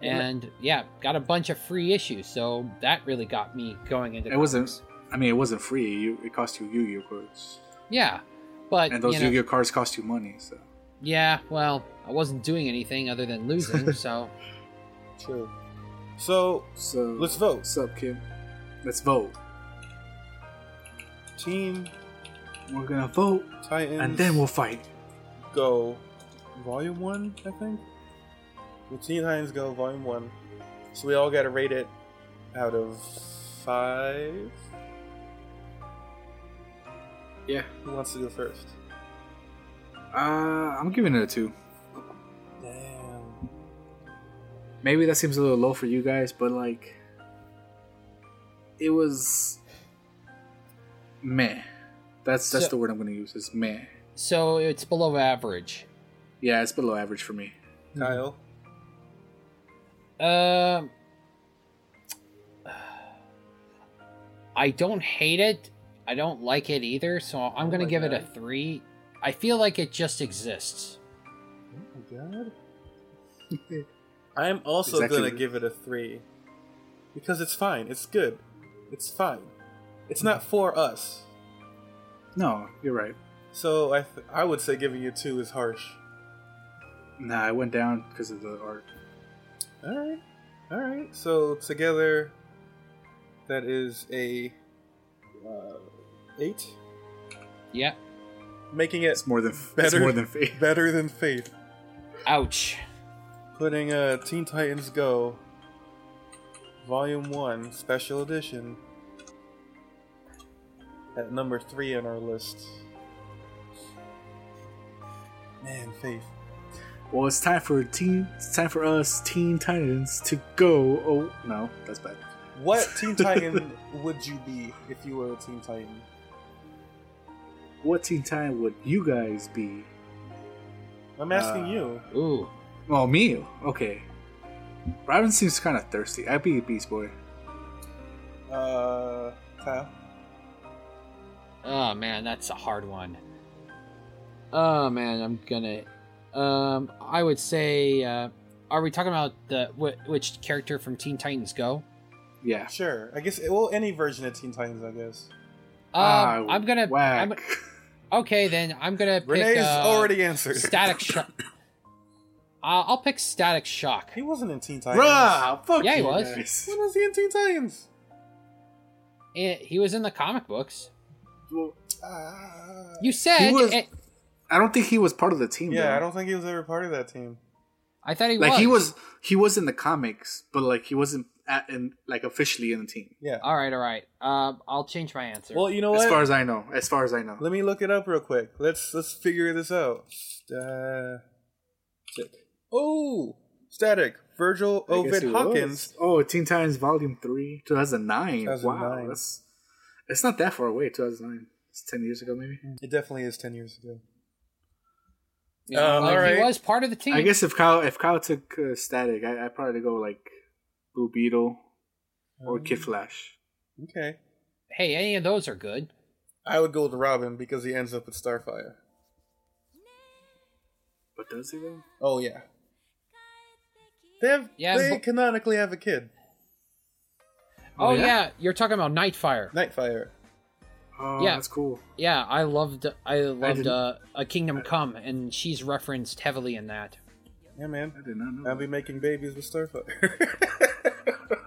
Speaker 10: And yeah, got a bunch of free issues, so that really got me going into
Speaker 4: It wasn't. I mean, it wasn't free. You, it cost you Yu-Gi-Oh cards,
Speaker 10: Yeah, but
Speaker 4: and those
Speaker 10: Uh, you know,
Speaker 4: Yu-Gi-Oh cards cost you money. So
Speaker 10: yeah, well, I wasn't doing anything other than losing, so
Speaker 11: True. So
Speaker 4: So
Speaker 11: let's vote.
Speaker 4: what's up, kid? Let's vote.
Speaker 11: Team
Speaker 4: We're gonna vote,
Speaker 11: Titans.
Speaker 4: and then we'll fight.
Speaker 11: go volume one, I think. With Teen Titans Go volume one. So we all got to rate it out of five.
Speaker 4: Yeah.
Speaker 11: Who wants to go first?
Speaker 4: Uh, I'm giving it a two.
Speaker 11: Damn.
Speaker 4: Maybe that seems a little low for you guys, but like, it was meh. That's that's
Speaker 10: So-
Speaker 4: the word I'm gonna use. Is meh.
Speaker 10: so it's below average.
Speaker 4: Yeah, it's below average for me.
Speaker 11: Kyle.
Speaker 10: Um, I don't hate it. I don't like it either, so I'm gonna
Speaker 11: my
Speaker 10: give it a
Speaker 11: God.
Speaker 10: three. I feel like it just exists.
Speaker 11: Oh my god. I'm also
Speaker 4: Exactly.
Speaker 11: gonna give it a three. Because it's fine. It's good. It's fine. It's not for us.
Speaker 4: No, you're right.
Speaker 11: So I, th- I would say giving you two is harsh.
Speaker 4: Nah, I went down because of the art.
Speaker 11: All right, all right. So together, that is a uh, eight,
Speaker 10: Yeah.
Speaker 11: making it
Speaker 4: It's more than it's
Speaker 11: Better-
Speaker 4: more than fate.
Speaker 11: better than Faith.
Speaker 10: Ouch.
Speaker 11: Putting uh, Teen Titans Go, Volume One Special Edition, at number three on our list. Man, Faith.
Speaker 4: Well, it's time for teen. It's time for us, Teen Titans, to go. Oh no, that's bad.
Speaker 11: What Teen Titan would you be if you were a Teen Titan?
Speaker 4: What Teen Titan would you guys be?
Speaker 11: I'm asking
Speaker 4: Uh,
Speaker 11: you.
Speaker 10: Ooh.
Speaker 11: Oh,
Speaker 4: Well, me. Okay. Robin seems kind of thirsty. I'd be a Beast Boy.
Speaker 11: Uh, Kyle.
Speaker 10: Oh man, that's a hard one. Oh man, I'm gonna. Um, I would say. Uh, are we talking about the wh- which character from Teen Titans Go?
Speaker 4: Yeah.
Speaker 11: Sure. I guess well, any version of Teen Titans, I guess.
Speaker 10: Um,
Speaker 4: Ah,
Speaker 10: I'm gonna. I'm,
Speaker 4: Whack.
Speaker 10: okay, then I'm gonna. Pick,
Speaker 11: Renee's
Speaker 10: uh,
Speaker 11: already answered.
Speaker 10: Static Shock. uh, I'll pick Static Shock.
Speaker 11: He wasn't in Teen Titans.
Speaker 4: Bruh, fuck
Speaker 10: Yeah, he
Speaker 4: you
Speaker 10: was.
Speaker 4: guys.
Speaker 11: When was he in Teen Titans?
Speaker 10: Eh, he was in the comic books.
Speaker 4: Well,
Speaker 11: Ah.
Speaker 10: You said.
Speaker 4: He was-
Speaker 10: eh,
Speaker 4: I don't think he was part of the team.
Speaker 11: yeah,
Speaker 4: though.
Speaker 11: I don't think he was ever part of that team.
Speaker 10: I thought he
Speaker 4: like
Speaker 10: was.
Speaker 4: he was. He was in the comics, but like he wasn't at in like officially in the team.
Speaker 11: Yeah.
Speaker 10: All right, all right. Um, I'll change my answer.
Speaker 11: Well, you know
Speaker 4: As
Speaker 11: what?
Speaker 4: far as I know. As far as I know.
Speaker 11: Let me look it up real quick. Let's let's figure this out. Static. Oh, static. Virgil
Speaker 4: I guess
Speaker 11: Ovid
Speaker 4: he was.
Speaker 11: Hawkins.
Speaker 4: Oh, Teen Titans Volume 3, 2009.
Speaker 11: 2009.
Speaker 4: Wow. That's, it's not that far away, 2009. It's 10 years ago, maybe.
Speaker 11: It definitely is ten years ago.
Speaker 10: You know,
Speaker 11: um,
Speaker 10: like,
Speaker 11: all
Speaker 10: He
Speaker 11: right.
Speaker 10: was part of the team.
Speaker 4: I guess if Kyle if Kyle took uh, Static, I, I'd probably go like Blue Beetle or
Speaker 11: Um,
Speaker 4: Kid Flash.
Speaker 11: Okay.
Speaker 10: Hey, any of those are good.
Speaker 11: I would go with Robin because he ends up with Starfire.
Speaker 4: But does he though?
Speaker 11: Oh yeah. They have.
Speaker 10: Yeah,
Speaker 11: they
Speaker 10: but-
Speaker 11: canonically have a kid.
Speaker 10: Oh,
Speaker 4: Oh,
Speaker 10: yeah?
Speaker 4: yeah?
Speaker 10: you're talking about Nightfire.
Speaker 11: Nightfire.
Speaker 4: Oh,
Speaker 10: Yeah.
Speaker 4: that's cool.
Speaker 10: Yeah, I loved I loved
Speaker 4: didn't-
Speaker 10: uh, a Kingdom Come, and she's referenced heavily in that.
Speaker 11: Yeah, man.
Speaker 4: I did not know.
Speaker 11: I'll
Speaker 4: that.
Speaker 11: be making babies with Starfire.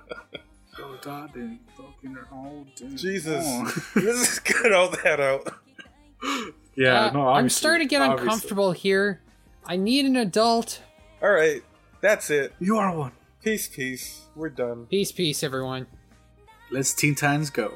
Speaker 4: Oh, God, been fucking her all day.
Speaker 11: Jesus.
Speaker 4: Oh.
Speaker 11: Let's just cut all that out.
Speaker 4: yeah,
Speaker 10: Uh,
Speaker 4: no,
Speaker 10: I'm
Speaker 4: obviously,
Speaker 10: starting to get
Speaker 4: obviously.
Speaker 10: uncomfortable here. I need an adult.
Speaker 11: All right. That's it.
Speaker 4: You are one.
Speaker 11: Peace, peace. We're done.
Speaker 10: Peace, peace, everyone.
Speaker 4: Let's Teen Titans go.